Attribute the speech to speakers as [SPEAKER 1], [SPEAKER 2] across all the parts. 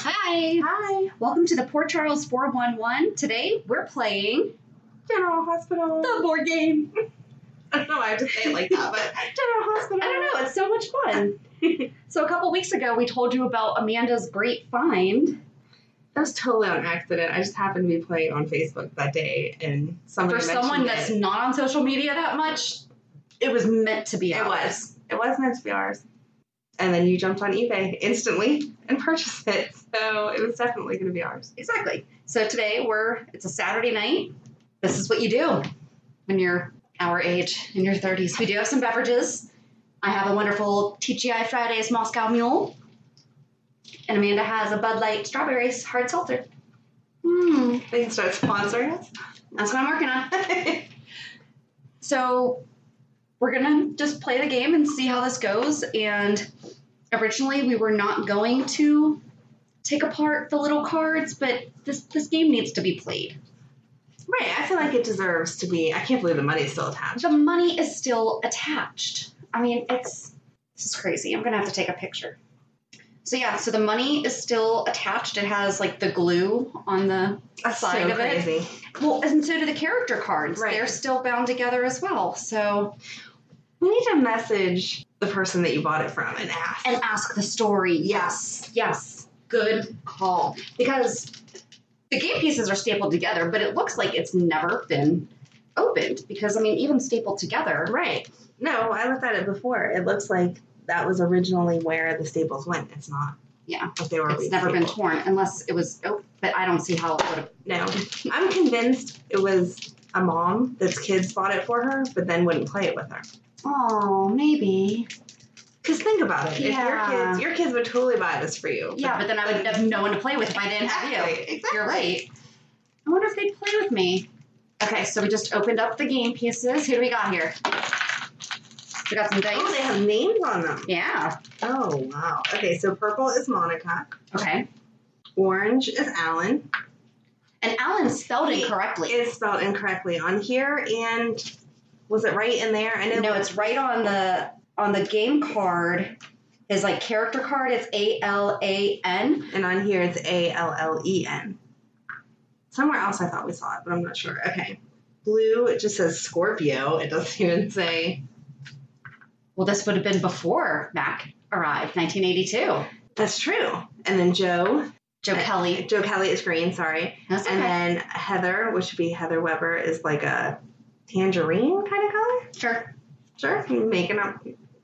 [SPEAKER 1] Hi.
[SPEAKER 2] Hi,
[SPEAKER 1] Welcome to the Port Charles 411. Today we're playing
[SPEAKER 2] General Hospital.
[SPEAKER 1] the board game. I don't know why I have to say it like that, but
[SPEAKER 2] General Hospital.
[SPEAKER 1] I don't know. It's so much fun. so a couple weeks ago, we told you about Amanda's great find.
[SPEAKER 3] That was totally on accident. I just happened to be playing on Facebook that day, and somebody
[SPEAKER 1] For someone
[SPEAKER 3] mentioned
[SPEAKER 1] that's
[SPEAKER 3] it.
[SPEAKER 1] not on social media that much, it was meant to be.
[SPEAKER 3] it was it was meant to be ours. And then you jumped on eBay instantly and purchased it, so it was definitely going to be ours.
[SPEAKER 1] exactly. So today we're it's a Saturday night. This is what you do when you're our age in your 30s. We do have some beverages. I have a wonderful TGI Fridays Moscow Mule, and Amanda has a Bud Light Strawberries Hard Seltzer. Mmm.
[SPEAKER 3] They can start sponsoring us.
[SPEAKER 1] That's what I'm working on. so we're gonna just play the game and see how this goes. And originally we were not going to take apart the little cards, but this this game needs to be played.
[SPEAKER 3] Right, I feel like it deserves to be. I can't believe the money's still attached.
[SPEAKER 1] The money is still attached. I mean, it's this is crazy. I'm gonna have to take a picture. So yeah, so the money is still attached. It has like the glue on the
[SPEAKER 3] That's
[SPEAKER 1] side
[SPEAKER 3] so
[SPEAKER 1] of it.
[SPEAKER 3] crazy.
[SPEAKER 1] Well, and so do the character cards.
[SPEAKER 3] Right.
[SPEAKER 1] They're still bound together as well. So
[SPEAKER 3] We need to message the person that you bought it from and ask.
[SPEAKER 1] and ask the story. Yes, yes, good call. Because the game pieces are stapled together, but it looks like it's never been opened. Because I mean, even stapled together,
[SPEAKER 3] right. No, I looked at it before. It looks like that was originally where the staples went. It's not.
[SPEAKER 1] Yeah.
[SPEAKER 3] If they were
[SPEAKER 1] it's never been
[SPEAKER 3] restapled.
[SPEAKER 1] torn unless it was. Oh, but I don't see how it would have.
[SPEAKER 3] No, I'm convinced it was a mom that's kids bought it for her, but then wouldn't play it with her.
[SPEAKER 1] Oh, maybe.
[SPEAKER 3] Cause think about it, if your
[SPEAKER 1] Yeah.
[SPEAKER 3] kids, your kids would totally buy this for you.
[SPEAKER 1] Yeah, but then I would have no one to play with if I didn't have you.
[SPEAKER 3] Exactly, exactly.
[SPEAKER 1] You're right. I wonder if they'd play with me. Okay, so we just opened up the game pieces. Who do we got here? We got some dice.
[SPEAKER 3] Oh, they have names on them.
[SPEAKER 1] yeah.
[SPEAKER 3] Oh wow. Okay, so purple is Monica,
[SPEAKER 1] Okay.
[SPEAKER 3] orange is Alan.
[SPEAKER 1] And Alan spelled
[SPEAKER 3] Wait,
[SPEAKER 1] incorrectly.
[SPEAKER 3] It is spelled incorrectly on here, and was it right in there? I know.
[SPEAKER 1] no, it's right on the on the game card. His like character card. It's A L A N.
[SPEAKER 3] And on here it's A L L E N. Somewhere else I thought we saw it, but I'm not sure. Okay. Blue, it just says Scorpio. It doesn't even say.
[SPEAKER 1] Well, this would have been before Mac arrived, 1982.
[SPEAKER 3] That's true. And then Joe,
[SPEAKER 1] Joe Kelly.
[SPEAKER 3] Joe Kelly is green, sorry.
[SPEAKER 1] That's okay.
[SPEAKER 3] And then Heather, which would be Heather Weber, is like a tangerine kind of color.
[SPEAKER 1] sure.
[SPEAKER 3] Sure, making up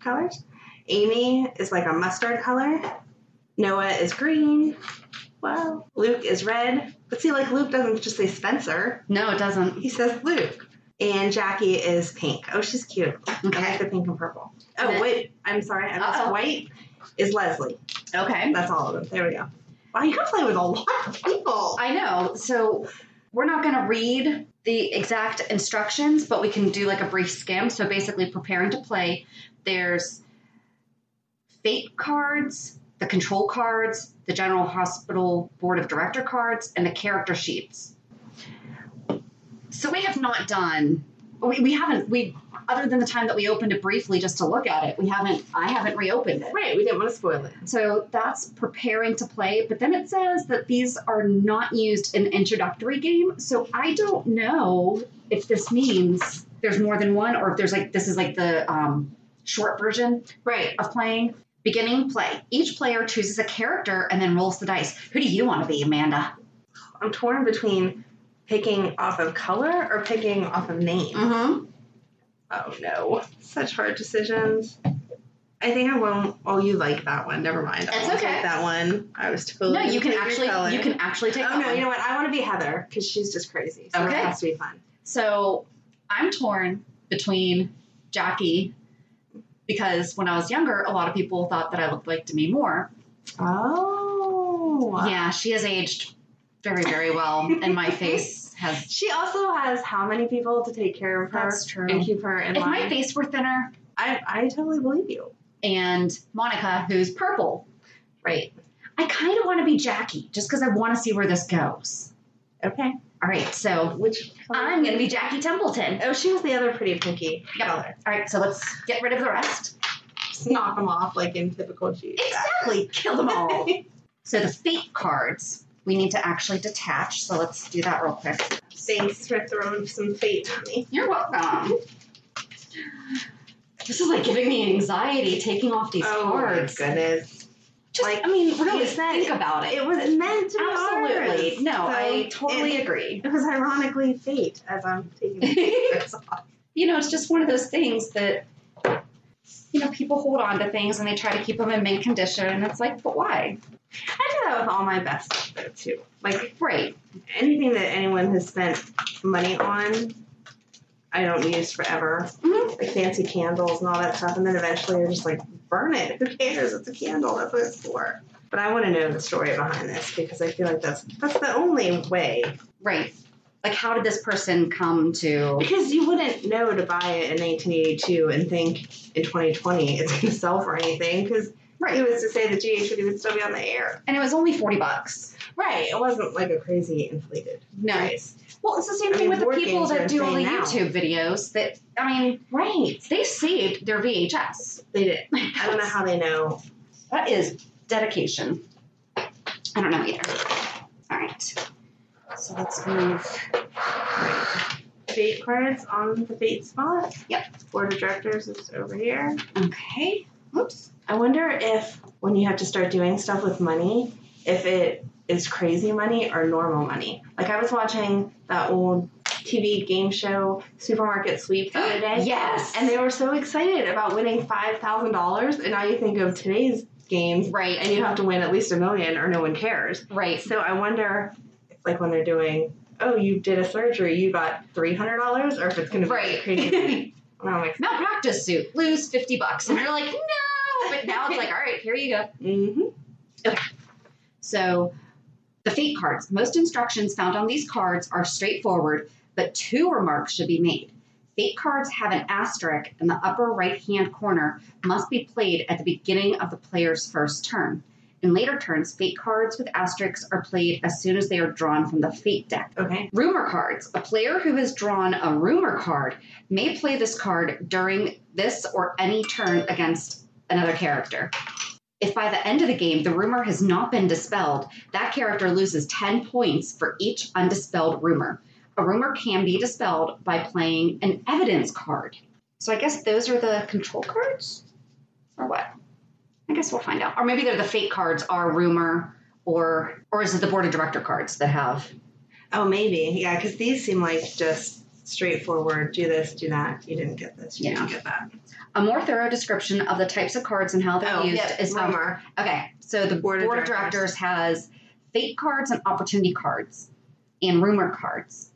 [SPEAKER 3] colors. Amy is like a mustard color. Noah is green. Wow. Luke is red. But see, like Luke doesn't just say Spencer.
[SPEAKER 1] No, it doesn't.
[SPEAKER 3] He says Luke. And Jackie is pink. Oh, she's cute. I like
[SPEAKER 1] Okay.
[SPEAKER 3] the pink and purple.
[SPEAKER 1] And
[SPEAKER 3] Oh
[SPEAKER 1] then-
[SPEAKER 3] wait, I'm sorry. I missed
[SPEAKER 1] Uh-oh.
[SPEAKER 3] white is Leslie.
[SPEAKER 1] Okay.
[SPEAKER 3] That's all of them. There we go. Wow, you can play with a lot of people.
[SPEAKER 1] I know. So we're not going to read the exact instructions, but we can do like a brief skim. So basically, preparing to play, there's fate cards, the control cards, the General Hospital Board of Director cards, and the character sheets. So we have not done. We, we haven't. We other than the time that we opened it briefly just to look at it, we haven't. I haven't reopened it.
[SPEAKER 3] Right, we didn't want to spoil it.
[SPEAKER 1] So that's preparing to play, but then it says that these are not used in introductory game. So I don't know if this means there's more than one, or if there's like this is like the um, short version
[SPEAKER 3] Right.
[SPEAKER 1] of playing. Beginning play. Each player chooses a character and then rolls the dice. Who do you want to be, Amanda?
[SPEAKER 3] I'm torn between picking off of color or picking off of name.
[SPEAKER 1] Mm-hmm.
[SPEAKER 3] Oh no. Such hard decisions. I think I won't oh you like that one. Never mind. I
[SPEAKER 1] That's
[SPEAKER 3] won't
[SPEAKER 1] okay.
[SPEAKER 3] take that one. I was totally
[SPEAKER 1] No, you can
[SPEAKER 3] your
[SPEAKER 1] actually
[SPEAKER 3] color.
[SPEAKER 1] you can actually take.
[SPEAKER 3] Oh
[SPEAKER 1] that
[SPEAKER 3] no,
[SPEAKER 1] one.
[SPEAKER 3] you know what? I want to be Heather because she's just crazy. So
[SPEAKER 1] Okay.
[SPEAKER 3] it has to be fun.
[SPEAKER 1] So I'm torn between Jackie because when I was younger, a lot of people thought that I looked like Demi Moore.
[SPEAKER 3] Oh.
[SPEAKER 1] Yeah, she has aged very, very well, and my face has.
[SPEAKER 3] She also has how many people to take care of her
[SPEAKER 1] That's true.
[SPEAKER 3] and keep her in
[SPEAKER 1] If
[SPEAKER 3] line.
[SPEAKER 1] my face were thinner,
[SPEAKER 3] I, I totally believe you.
[SPEAKER 1] and Monica, who's purple,
[SPEAKER 3] Right.
[SPEAKER 1] I kind of want to be Jackie just because I want to see where this goes.
[SPEAKER 3] Okay.
[SPEAKER 1] All right, so
[SPEAKER 3] Which
[SPEAKER 1] I'm going to be Jackie Templeton.
[SPEAKER 3] Oh, she was the other pretty pinky
[SPEAKER 1] Yep. All
[SPEAKER 3] color.
[SPEAKER 1] right, so let's get rid of the rest.
[SPEAKER 3] Just knock them off like in typical cheese.
[SPEAKER 1] Exactly, kill them all. so the fate cards we need to actually detach. So let's do that real quick.
[SPEAKER 3] Thanks for throwing some fate on me.
[SPEAKER 1] You're welcome. This is like giving me anxiety taking off these cards.
[SPEAKER 3] Oh, my goodness.
[SPEAKER 1] Just,
[SPEAKER 3] Like,
[SPEAKER 1] I mean, really
[SPEAKER 3] you said
[SPEAKER 1] think about it.
[SPEAKER 3] It was meant to be
[SPEAKER 1] Absolutely.
[SPEAKER 3] ours.
[SPEAKER 1] No,
[SPEAKER 3] So
[SPEAKER 1] I totally
[SPEAKER 3] it-
[SPEAKER 1] agree.
[SPEAKER 3] It was ironically fate as I'm taking the pictures off.
[SPEAKER 1] You know, it's just one of those things that, you know, people hold on to things and they try to keep them in mint condition. And it's like, but why?
[SPEAKER 3] I do that with all my best stuff though too. Like
[SPEAKER 1] Right.
[SPEAKER 3] anything that anyone has spent money on, I don't use forever.
[SPEAKER 1] Mhm.
[SPEAKER 3] Like fancy candles and all that stuff, and then eventually you're just like, burn it. Who cares? It's a candle. That's what it's for. But I want to know the story behind this because I feel like that's that's the only way
[SPEAKER 1] Right. Like, how did this person come to.
[SPEAKER 3] Because you wouldn't know to buy it in 1982 and think in 2020 it's going to sell for anything. Because
[SPEAKER 1] Right.
[SPEAKER 3] it was to say the GH would still be on the air.
[SPEAKER 1] And it was only 40 bucks.
[SPEAKER 3] Right. It wasn't like a crazy inflated
[SPEAKER 1] No.
[SPEAKER 3] price.
[SPEAKER 1] Well, it's the same
[SPEAKER 3] I
[SPEAKER 1] thing
[SPEAKER 3] mean,
[SPEAKER 1] with
[SPEAKER 3] board
[SPEAKER 1] the people
[SPEAKER 3] games are
[SPEAKER 1] that do all the
[SPEAKER 3] insane now.
[SPEAKER 1] YouTube videos that, I mean,
[SPEAKER 3] Right.
[SPEAKER 1] they saved their VHS.
[SPEAKER 3] They did.
[SPEAKER 1] Like,
[SPEAKER 3] I don't know
[SPEAKER 1] that's-
[SPEAKER 3] how they know.
[SPEAKER 1] That is dedication. I don't know either. All right. So let's move.
[SPEAKER 3] Fate cards on the fate spot.
[SPEAKER 1] Yep.
[SPEAKER 3] Board of directors is over here.
[SPEAKER 1] Okay. Oops.
[SPEAKER 3] I wonder if when you have to start doing stuff with money, if it is crazy money or normal money. Like I was watching that old TV game show Supermarket Sweep the other day.
[SPEAKER 1] Yes.
[SPEAKER 3] And they were so excited about winning five thousand dollars and now you think of today's games
[SPEAKER 1] Right.
[SPEAKER 3] and you have to win at least a million or no one cares.
[SPEAKER 1] Right.
[SPEAKER 3] So I wonder like when they're doing oh you did a surgery you got three hundred dollars or if it's gonna be
[SPEAKER 1] Right.
[SPEAKER 3] crazy money. And I'm like,
[SPEAKER 1] Malpractice suit. Lose fifty bucks, and you're like, no. But now it's like, all right, here you go.
[SPEAKER 3] mm-hmm.
[SPEAKER 1] So, the fate cards. Most instructions found on these cards are straightforward, but two remarks should be made. Fate cards have an asterisk in the upper right hand corner, must be played at the beginning of the player's first turn. In later turns, fate cards with asterisks are played as soon as they are drawn from the fate deck.
[SPEAKER 3] Okay.
[SPEAKER 1] Rumor cards. A player who has drawn a rumor card may play this card during this or any turn against another character. If by the end of the game the rumor has not been dispelled, that character loses 10 points for each undispelled rumor. A rumor can be dispelled by playing an evidence card. So I guess those are the control cards? Or what? I guess we'll find out. Or maybe they're the fake cards are rumor or or is it the board of director cards that have
[SPEAKER 3] Oh, maybe. Yeah, because these seem like just straightforward do this, do that, you didn't get this, you
[SPEAKER 1] Yeah.
[SPEAKER 3] didn't get that.
[SPEAKER 1] A more thorough description of the types of cards and how they're
[SPEAKER 3] Oh,
[SPEAKER 1] used
[SPEAKER 3] yep,
[SPEAKER 1] is found-
[SPEAKER 3] rumor.
[SPEAKER 1] Okay, so the board,
[SPEAKER 3] Board of
[SPEAKER 1] of
[SPEAKER 3] Directors.
[SPEAKER 1] directors has fate cards and opportunity cards, and rumor cards.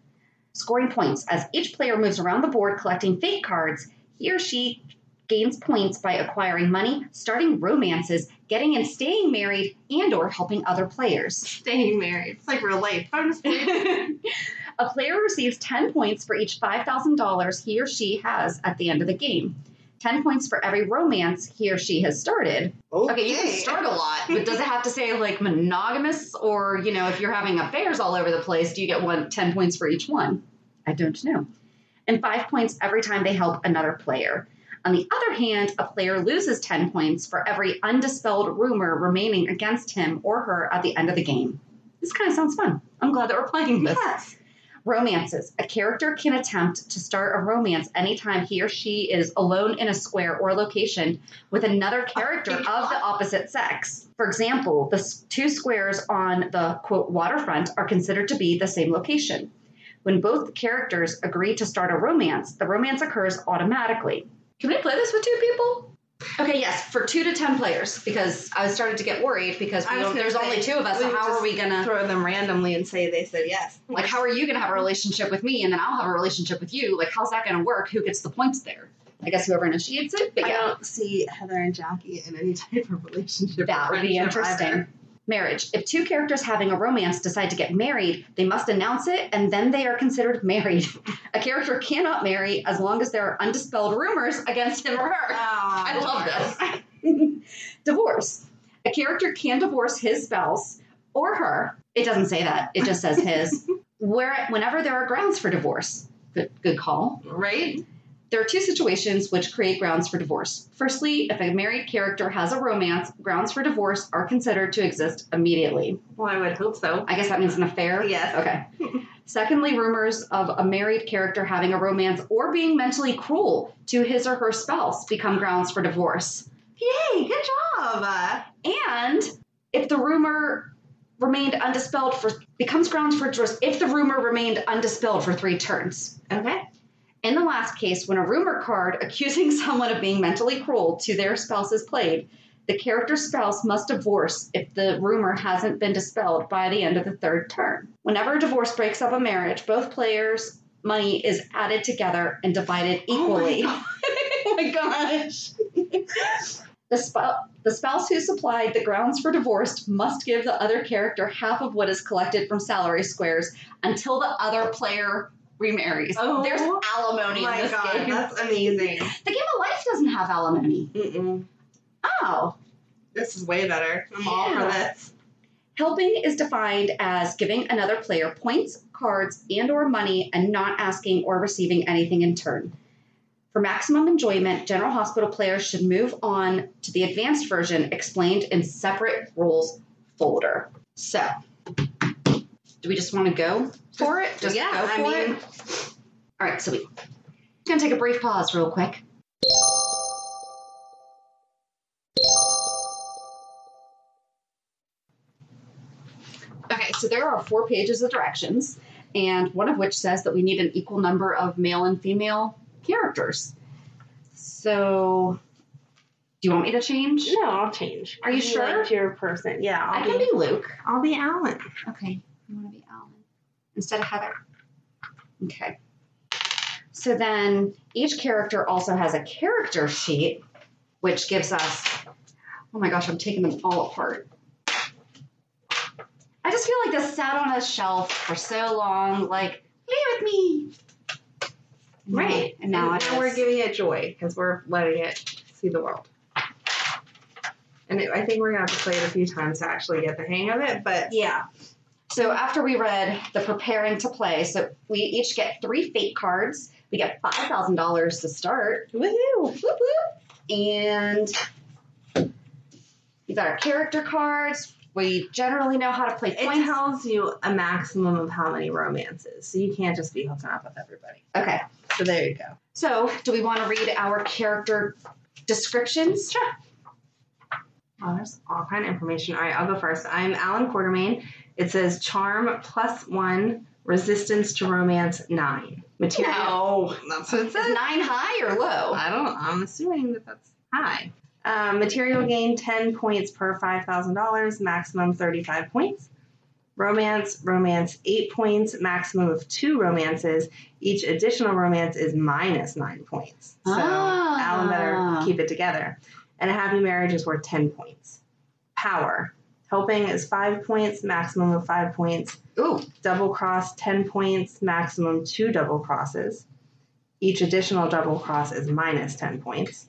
[SPEAKER 1] Scoring points as each player moves around the board collecting fate cards, he or she gains points by acquiring money, starting romances, getting and staying married, and/or helping other players.
[SPEAKER 3] Staying married. It's like real life. Bonus points.
[SPEAKER 1] a player receives 10 points for each $5,000 he or she has at the end of the game. 10 points for every romance he or she has started. Okay, you can start a lot, but does it have to say like monogamous or, you know, if you're having affairs all over the place, do you get one 10 points for each one? I don't know. And 5 points every time they help another player. On the other hand, a player loses 10 points for every undispelled rumor remaining against him or her at the end of the game. This kind of sounds fun. I'm glad that we're playing this.
[SPEAKER 3] Yes.
[SPEAKER 1] Romances. A character can attempt to start a romance anytime he or she is alone in a square or location with another character of the opposite sex. For example, the s- two squares on the quote waterfront are considered to be the same location. When both characters agree to start a romance, the romance occurs automatically. Can we play this with two people? Okay, yes, for two to ten players, because I started to get worried because we
[SPEAKER 3] I was
[SPEAKER 1] don't-
[SPEAKER 3] gonna
[SPEAKER 1] there's
[SPEAKER 3] say,
[SPEAKER 1] only two of us.
[SPEAKER 3] we
[SPEAKER 1] So
[SPEAKER 3] would
[SPEAKER 1] how
[SPEAKER 3] just
[SPEAKER 1] are we gonna
[SPEAKER 3] throw them randomly and say they said yes?
[SPEAKER 1] like, how are you going to have a relationship with me and then I'll have a relationship with you? Like, how's that going to work? Who gets the points there? I guess whoever initiates it, but
[SPEAKER 3] I
[SPEAKER 1] yeah,
[SPEAKER 3] don't see Heather and Jackie in any type of relationship.
[SPEAKER 1] that
[SPEAKER 3] or
[SPEAKER 1] would be
[SPEAKER 3] friendship
[SPEAKER 1] interesting.
[SPEAKER 3] either.
[SPEAKER 1] Marriage. If two characters having a romance decide to get married, they must announce it and then they are considered married. a character cannot marry as long as there are undispelled rumors against him or her.
[SPEAKER 3] Oh,
[SPEAKER 1] I love this. divorce. A character can divorce his spouse or her. It doesn't say that. It just says his. Where whenever there are grounds for divorce. Good good call.
[SPEAKER 3] Right?
[SPEAKER 1] There are two situations which create grounds for divorce. Firstly, if a married character has a romance, grounds for divorce are considered to exist immediately.
[SPEAKER 3] Well, I would hope so.
[SPEAKER 1] I guess that means an affair?
[SPEAKER 3] Yes.
[SPEAKER 1] Okay. Secondly, rumors of a married character having a romance or being mentally cruel to his or her spouse become grounds for divorce.
[SPEAKER 3] Yay, good job. Uh,
[SPEAKER 1] And if the rumor remained undispelled for becomes grounds for divorce if the rumor remained undispelled for three turns.
[SPEAKER 3] Okay.
[SPEAKER 1] In the last case, when a rumor card accusing someone of being mentally cruel to their spouse is played, the character's spouse must divorce if the rumor hasn't been dispelled by the end of the third turn. Whenever a divorce breaks up a marriage, both players' money is added together and divided equally.
[SPEAKER 3] Oh my gosh.
[SPEAKER 1] The, spou- the spouse who supplied the grounds for divorce must give the other character half of what is collected from salary squares until the other player remarries.
[SPEAKER 3] Oh,
[SPEAKER 1] There's alimony in
[SPEAKER 3] my
[SPEAKER 1] this
[SPEAKER 3] god,
[SPEAKER 1] game.
[SPEAKER 3] that's amazing.
[SPEAKER 1] The game of life doesn't have alimony.
[SPEAKER 3] Mm-mm.
[SPEAKER 1] Oh.
[SPEAKER 3] This is way better. I'm all for
[SPEAKER 1] Yeah.
[SPEAKER 3] this.
[SPEAKER 1] Helping is defined as giving another player points, cards, and or money and not asking or receiving anything in turn. For maximum enjoyment, General Hospital players should move on to the advanced version explained in separate rules folder. So, do we just want to go for it? Just
[SPEAKER 3] yeah,
[SPEAKER 1] go
[SPEAKER 3] I
[SPEAKER 1] for
[SPEAKER 3] mean-
[SPEAKER 1] it? All right, so we're going to take a brief pause real quick. Okay, so there are four pages of directions, and one of which says that we need an equal number of male and female characters. So, do you want me to change?
[SPEAKER 3] No, I'll change.
[SPEAKER 1] Are you
[SPEAKER 3] Be
[SPEAKER 1] sure?
[SPEAKER 3] Like your person. Yeah,
[SPEAKER 1] I
[SPEAKER 3] I'll
[SPEAKER 1] can
[SPEAKER 3] be,
[SPEAKER 1] be Luke.
[SPEAKER 3] I'll be Alan.
[SPEAKER 1] Okay, you want to be Alan instead of Heather. Okay. So then each character also has a character sheet, which gives us. Oh my gosh, I'm taking them all apart. I just feel like this sat on a shelf for so long. Like, play with me. And now-
[SPEAKER 3] Right.
[SPEAKER 1] And now
[SPEAKER 3] and
[SPEAKER 1] it
[SPEAKER 3] we're
[SPEAKER 1] is.
[SPEAKER 3] giving it joy because we're letting it see the world. And it, I think we're gonna have to play it a few times to actually get the hang of it. But
[SPEAKER 1] Yeah. So after we read the preparing to play, so we each get three fate cards. We get five thousand dollars to start. Woohoo! Whoop, whoop. And we got our character cards. We generally know how to play
[SPEAKER 3] it
[SPEAKER 1] points.
[SPEAKER 3] tells you a maximum of how many romances, so you can't just be hooking up with everybody.
[SPEAKER 1] Okay.
[SPEAKER 3] So there you go.
[SPEAKER 1] So do we want to read our character descriptions? Sure.
[SPEAKER 3] Well, there's all kind of information. All right, I'll go first. I'm Alan Quartermain. It says charm plus one, Resistance to Romance nine. Material.
[SPEAKER 1] No.
[SPEAKER 3] That's what it
[SPEAKER 1] Is nine high or low?
[SPEAKER 3] I don't. I'm assuming that that's high. Um, material gain ten points per five thousand dollars, maximum thirty five points. Romance, romance, eight points, maximum of two romances. Each additional romance is minus nine points. So
[SPEAKER 1] Ah.
[SPEAKER 3] Alan better keep it together. And a happy marriage is worth ten points. Power, helping is five points, maximum of five points.
[SPEAKER 1] Ooh.
[SPEAKER 3] Double cross, ten points, maximum two double crosses. Each additional double cross is minus 10 points.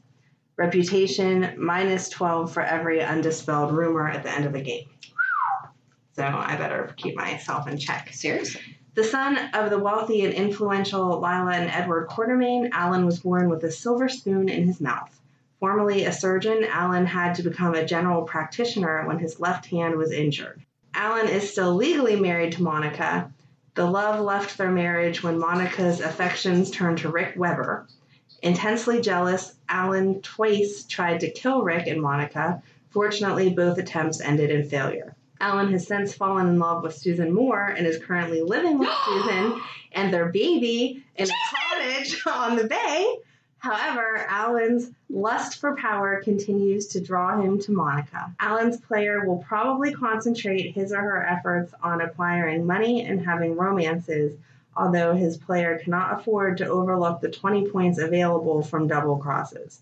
[SPEAKER 3] Reputation, minus 12 for every undispelled rumor at the end of the game. So I better keep myself in check.
[SPEAKER 1] Seriously.
[SPEAKER 3] The son of the wealthy and influential Lila and Edward Quartermain, Allen was born with a silver spoon in his mouth. Formerly a surgeon, Allen had to become a general practitioner when his left hand was injured. Allen is still legally married to Monica. The love left their marriage when Monica's affections turned to Rick Weber. Intensely jealous, Allen twice tried to kill Rick and Monica. Fortunately, both attempts ended in failure. Allen has since fallen in love with Susan Moore and is currently living with Susan and their baby in a cottage on the bay. However, Allen's lust for power continues to draw him to Monica. Allen's player will probably concentrate his or her efforts on acquiring money and having romances, although his player cannot afford to overlook the 20 points available from double crosses.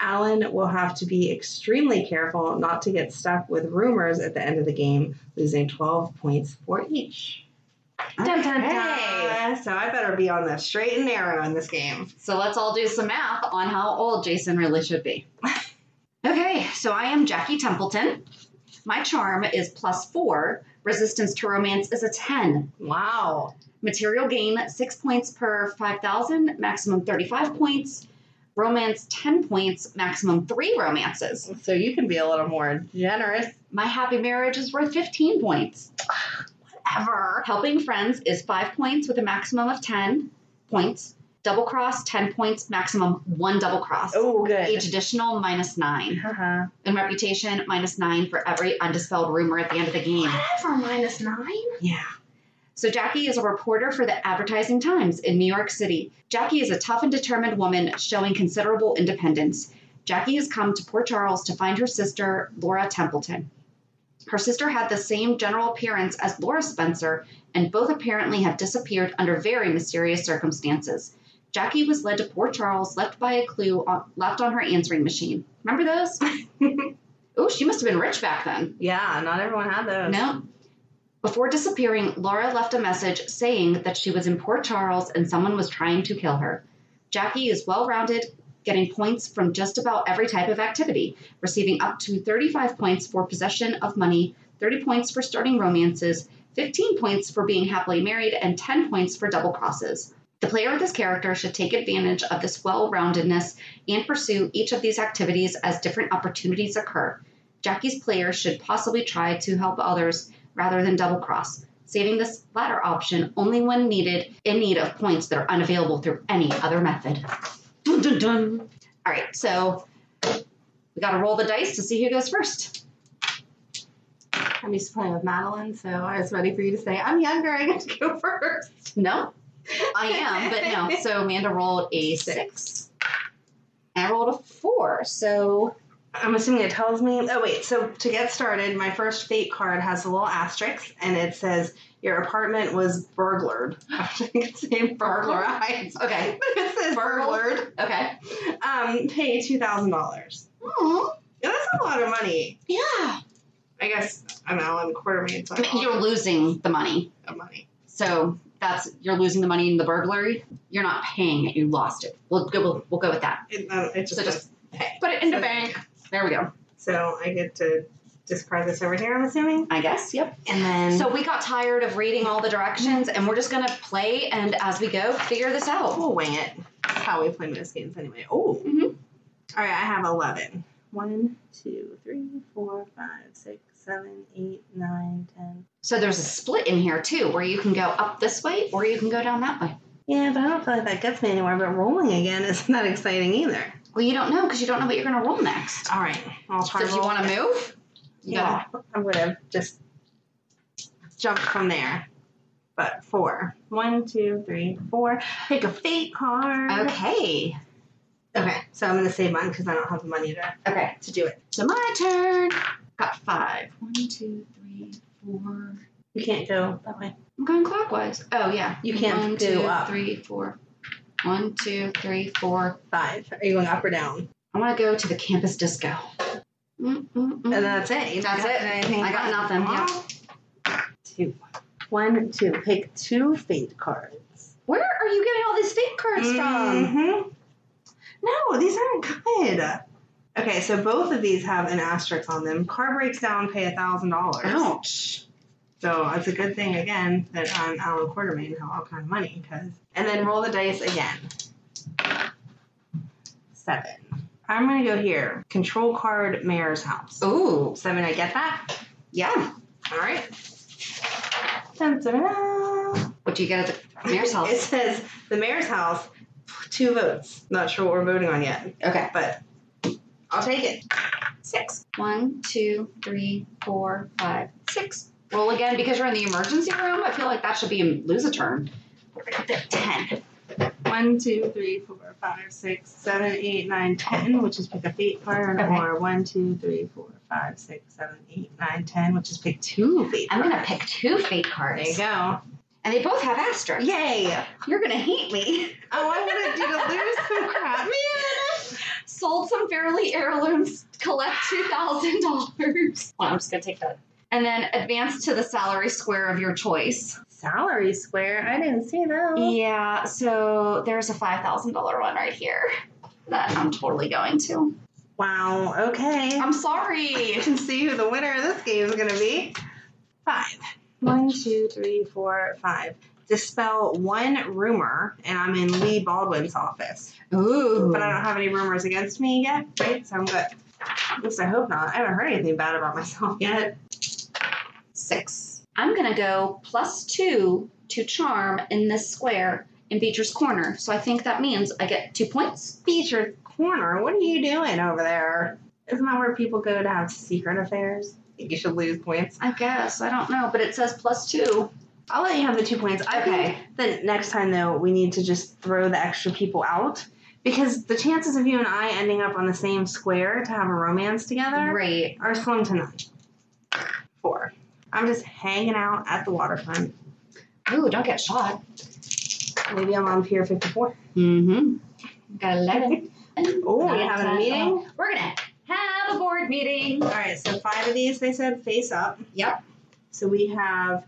[SPEAKER 3] Allen will have to be extremely careful not to get stuck with rumors at the end of the game, losing 12 points for each. Dun, dun, dun. So I better be on the straight and narrow in this game.
[SPEAKER 1] So let's all do some math on how old Jason really should be. okay, so I am Jackie Templeton. My charm is plus four. Resistance to romance is a 10.
[SPEAKER 3] Wow.
[SPEAKER 1] Material gain, six points per 5,000, maximum 35 points. Romance, 10 points, maximum three romances.
[SPEAKER 3] So you can be a little more generous.
[SPEAKER 1] My happy marriage is worth 15 points. Whatever. Helping friends is five points with a maximum of 10 points. Double cross, 10 points, maximum one double cross.
[SPEAKER 3] Oh, good.
[SPEAKER 1] Each additional minus nine.
[SPEAKER 3] uh-huh.
[SPEAKER 1] And reputation minus nine for every undispelled rumor at the end of the game.
[SPEAKER 3] Whatever, minus nine? Yeah.
[SPEAKER 1] So Jackie is a reporter for the Advertising Times in New York City. Jackie is a tough and determined woman showing considerable independence. Jackie has come to Port Charles to find her sister, Laura Templeton. Her sister had the same general appearance as Laura Spencer, and both apparently have disappeared under very mysterious circumstances. Jackie was led to Port Charles, left by a clue on, left on her answering machine. Remember those? oh, she must have been rich back then.
[SPEAKER 3] Yeah, not everyone had those.
[SPEAKER 1] No. Before disappearing, Laura left a message saying that she was in Port Charles and someone was trying to kill her. Jackie is well rounded, getting points from just about every type of activity, receiving up to 35 points for possession of money, 30 points for starting romances, 15 points for being happily married, and 10 points for double crosses. The player with this character should take advantage of this well roundedness and pursue each of these activities as different opportunities occur. Jackie's player should possibly try to help others rather than double cross, saving this latter option only when needed in need of points that are unavailable through any other method. Dun, dun, dun. All right, so we got to roll the dice to see who goes first.
[SPEAKER 3] I'm used to playing with Madeline, so I was ready for you to say, I'm younger, I get to go first.
[SPEAKER 1] No, I am, but no. So Amanda rolled a six, and I rolled a four. So
[SPEAKER 3] I'm assuming it tells me. Oh, wait. So to get started, my first fate card has a little asterisk and it says, Your apartment was burglared. I think it's named burglarized.
[SPEAKER 1] okay,
[SPEAKER 3] it says burglared.
[SPEAKER 1] okay,
[SPEAKER 3] Um, pay $2,000. Yeah, That's a lot of money.
[SPEAKER 1] yeah,
[SPEAKER 3] I guess I'm Alan Quartermain, so I don't
[SPEAKER 1] you're losing the money.
[SPEAKER 3] have money.
[SPEAKER 1] So that's you're losing the money in the burglary. You're not paying it. You lost it. We'll go. We'll, we'll go with that.
[SPEAKER 3] It, um, it just
[SPEAKER 1] So just
[SPEAKER 3] pay.
[SPEAKER 1] Put it in the
[SPEAKER 3] So-
[SPEAKER 1] bank. There we go.
[SPEAKER 3] So I get to discard this over here, I'm assuming.
[SPEAKER 1] I guess. Yep.
[SPEAKER 3] And then.
[SPEAKER 1] So we got tired of reading all the directions, and we're just gonna play and as we go figure this out.
[SPEAKER 3] we'll wing it. That's how we play most games anyway. Oh.
[SPEAKER 1] Mhm.
[SPEAKER 3] All right, I have 11. 1, 2, 3, 4, 5, 6, 7, 8, 9, 10.
[SPEAKER 1] So there's a split in here too, where you can go up this way or you can go down that way.
[SPEAKER 3] Yeah, but I don't feel like that gets me anywhere, but rolling again isn't that exciting either.
[SPEAKER 1] Well, you don't know because you don't know what you're gonna roll next.
[SPEAKER 3] All right, I'll try
[SPEAKER 1] So if you
[SPEAKER 3] roll-
[SPEAKER 1] want to move, you
[SPEAKER 3] Yeah, I would have just jumped from there. but four. One, two, three, four. Pick a fate card.
[SPEAKER 1] Okay. Okay.
[SPEAKER 3] So I'm gonna save mine because I don't have the money to,
[SPEAKER 1] Okay.
[SPEAKER 3] to do it.
[SPEAKER 1] So my turn. Got five. One, two, three, four.
[SPEAKER 3] You can't go that way.
[SPEAKER 1] I'm going clockwise. Oh yeah.
[SPEAKER 3] You can't
[SPEAKER 1] One,
[SPEAKER 3] go
[SPEAKER 1] two,
[SPEAKER 3] up.
[SPEAKER 1] three, four. One, two, three, four.
[SPEAKER 3] Five. Are you going up or down?
[SPEAKER 1] I want to go to the campus disco. Mm-mm-mm.
[SPEAKER 3] And that's it. You
[SPEAKER 1] That's
[SPEAKER 3] got
[SPEAKER 1] it.
[SPEAKER 3] Anything
[SPEAKER 1] I got nothing, yeah.
[SPEAKER 3] Two. One, two. Pick two fate cards.
[SPEAKER 1] Where are you getting all these fake cards from?
[SPEAKER 3] Mhm. No, these aren't good. Okay, so both of these have an asterisk on them. Car breaks down, pay a thousand dollars.
[SPEAKER 1] Ouch.
[SPEAKER 3] So it's a good thing again that I'm Alan Quartermain and have all kind of money because. And then roll the dice again. Seven. I'm gonna go here. Control card mayor's house.
[SPEAKER 1] Ooh.
[SPEAKER 3] Seven. I get that.
[SPEAKER 1] Yeah.
[SPEAKER 3] All right. Dun, dun, dun, dun.
[SPEAKER 1] What do you get at the mayor's
[SPEAKER 3] It
[SPEAKER 1] house?
[SPEAKER 3] says the mayor's house, two votes. Not sure what we're voting on yet,
[SPEAKER 1] Okay.
[SPEAKER 3] but I'll take it. Six.
[SPEAKER 1] One, two, three, four, five, six. Roll again because you're in the emergency room. I feel like that should be in lose a turn. Ten.
[SPEAKER 3] One, two, three, four, five, six, seven, eight, nine, ten, which is pick a fate card,
[SPEAKER 1] Okay.
[SPEAKER 3] or one, two, three, four, five, six, seven, eight, nine, ten, which is pick two fate
[SPEAKER 1] I'm
[SPEAKER 3] cards.
[SPEAKER 1] gonna pick two fake
[SPEAKER 3] There
[SPEAKER 1] cards.
[SPEAKER 3] you go.
[SPEAKER 1] And they both have asterisks.
[SPEAKER 3] Yay!
[SPEAKER 1] You're gonna hate me.
[SPEAKER 3] Oh, I wanted you to lose some crap.
[SPEAKER 1] Sold some Fairly heirlooms, collect two thousand dollars. I'm just gonna take that. And then advance to the salary square of your choice.
[SPEAKER 3] Salary square. I didn't see that.
[SPEAKER 1] Yeah, so there's a five thousand dollar one right here that I'm totally going to.
[SPEAKER 3] Wow. Okay.
[SPEAKER 1] I'm sorry.
[SPEAKER 3] You can see who the winner of this game is going to be. Five. One, two, three, four, five. Dispel one rumor, and I'm in Lee Baldwin's office.
[SPEAKER 1] Ooh.
[SPEAKER 3] But I don't have any rumors against me yet, right? So I'm good. At least I hope not. I haven't heard anything bad about myself yet.
[SPEAKER 1] Six. I'm gonna go plus two to charm in this square in Beecher's Corner. So I think that means I get two points.
[SPEAKER 3] Featured corner. What are you doing over there? Isn't that where people go to have secret affairs? You should lose points.
[SPEAKER 1] I guess. I don't know, but it says plus two.
[SPEAKER 3] I'll let you have the two points. I
[SPEAKER 1] Okay.
[SPEAKER 3] think that next time though we need to just throw the extra people out because the chances of you and I ending up on the same square to have a romance together
[SPEAKER 1] Great.
[SPEAKER 3] are slim to none. Four. I'm just hanging out at the waterfront.
[SPEAKER 1] Ooh, don't get shot.
[SPEAKER 3] Maybe I'm on Pier 54.
[SPEAKER 1] Mm-hmm. Got eleven.
[SPEAKER 3] Oh, we having a meeting?
[SPEAKER 1] We're gonna have a board meeting.
[SPEAKER 3] All right, so five of these they said face up.
[SPEAKER 1] Yep.
[SPEAKER 3] So we have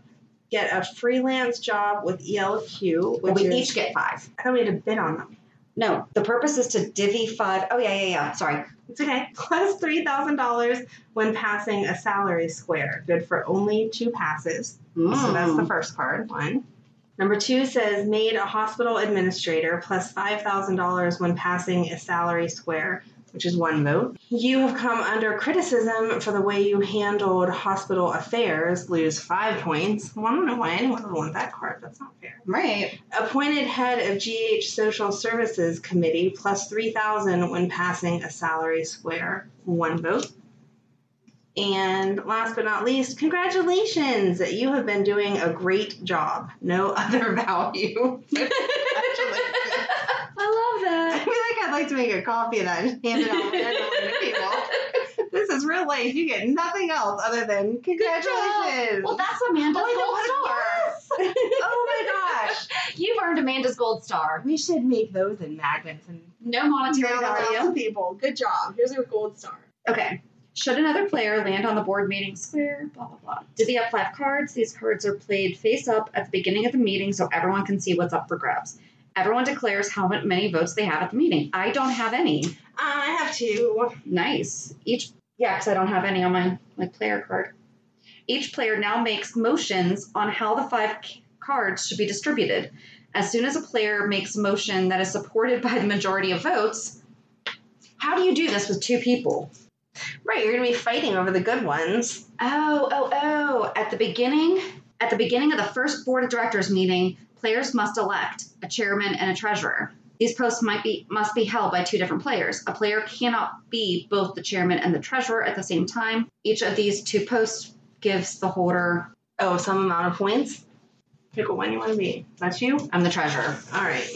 [SPEAKER 3] get a freelance job with ELQ, which
[SPEAKER 1] we
[SPEAKER 3] is,
[SPEAKER 1] each get five.
[SPEAKER 3] I thought we had to bid on them.
[SPEAKER 1] No, the purpose is to divvy five. Oh yeah, yeah, yeah. Sorry.
[SPEAKER 3] It's okay. Plus three thousand dollars when passing a salary square. Good for only two passes.
[SPEAKER 1] Mm.
[SPEAKER 3] So that's the first card. One. Mm. Number two says made a hospital administrator plus five thousand dollars when passing a salary square, which is one vote. You have come under criticism for the way you handled hospital affairs. Lose five points. Well, I don't know why anyone would want that card. That's not fair
[SPEAKER 1] right.
[SPEAKER 3] appointed head of GH Social Services Committee plus 3000 when passing a salary square one vote. And last but not least, congratulations! You have been doing a great job. No other value.
[SPEAKER 1] I love
[SPEAKER 3] I
[SPEAKER 1] that.
[SPEAKER 3] feel like I'd like to make a copy of that and hand it out randomly to people. This is real life. You get nothing else other than congratulations.
[SPEAKER 1] Well, that's Amanda's
[SPEAKER 3] Oh,
[SPEAKER 1] gold star.
[SPEAKER 3] I know what it was. oh my gosh.
[SPEAKER 1] You've earned Amanda's gold star.
[SPEAKER 3] We should make those in magnets and
[SPEAKER 1] No monetary value.
[SPEAKER 3] people. Good job. Here's your gold star.
[SPEAKER 1] Okay. Should another player land on the board meeting square, blah, blah, blah. Do they have five cards? These cards are played face up at the beginning of the meeting so everyone can see what's up for grabs. Everyone declares how many votes they have at the meeting. I don't have any.
[SPEAKER 3] I have two.
[SPEAKER 1] Nice. Each, yeah, because I don't have any on my, my player card. Each player now makes motions on how the five c- cards should be distributed. As soon as a player makes a motion that is supported by the majority of votes, how do you do this with two people?
[SPEAKER 3] Right, you're gonna be fighting over the good ones.
[SPEAKER 1] Oh, oh, oh. At the beginning, at the beginning of the first board of directors meeting, players must elect a chairman and a treasurer. These posts might be must be held by two different players. A player cannot be both the chairman and the treasurer at the same time. Each of these two posts gives the holder
[SPEAKER 3] Oh, some amount of points. Pick a one you want to be. That's you?
[SPEAKER 1] I'm the treasurer.
[SPEAKER 3] All right.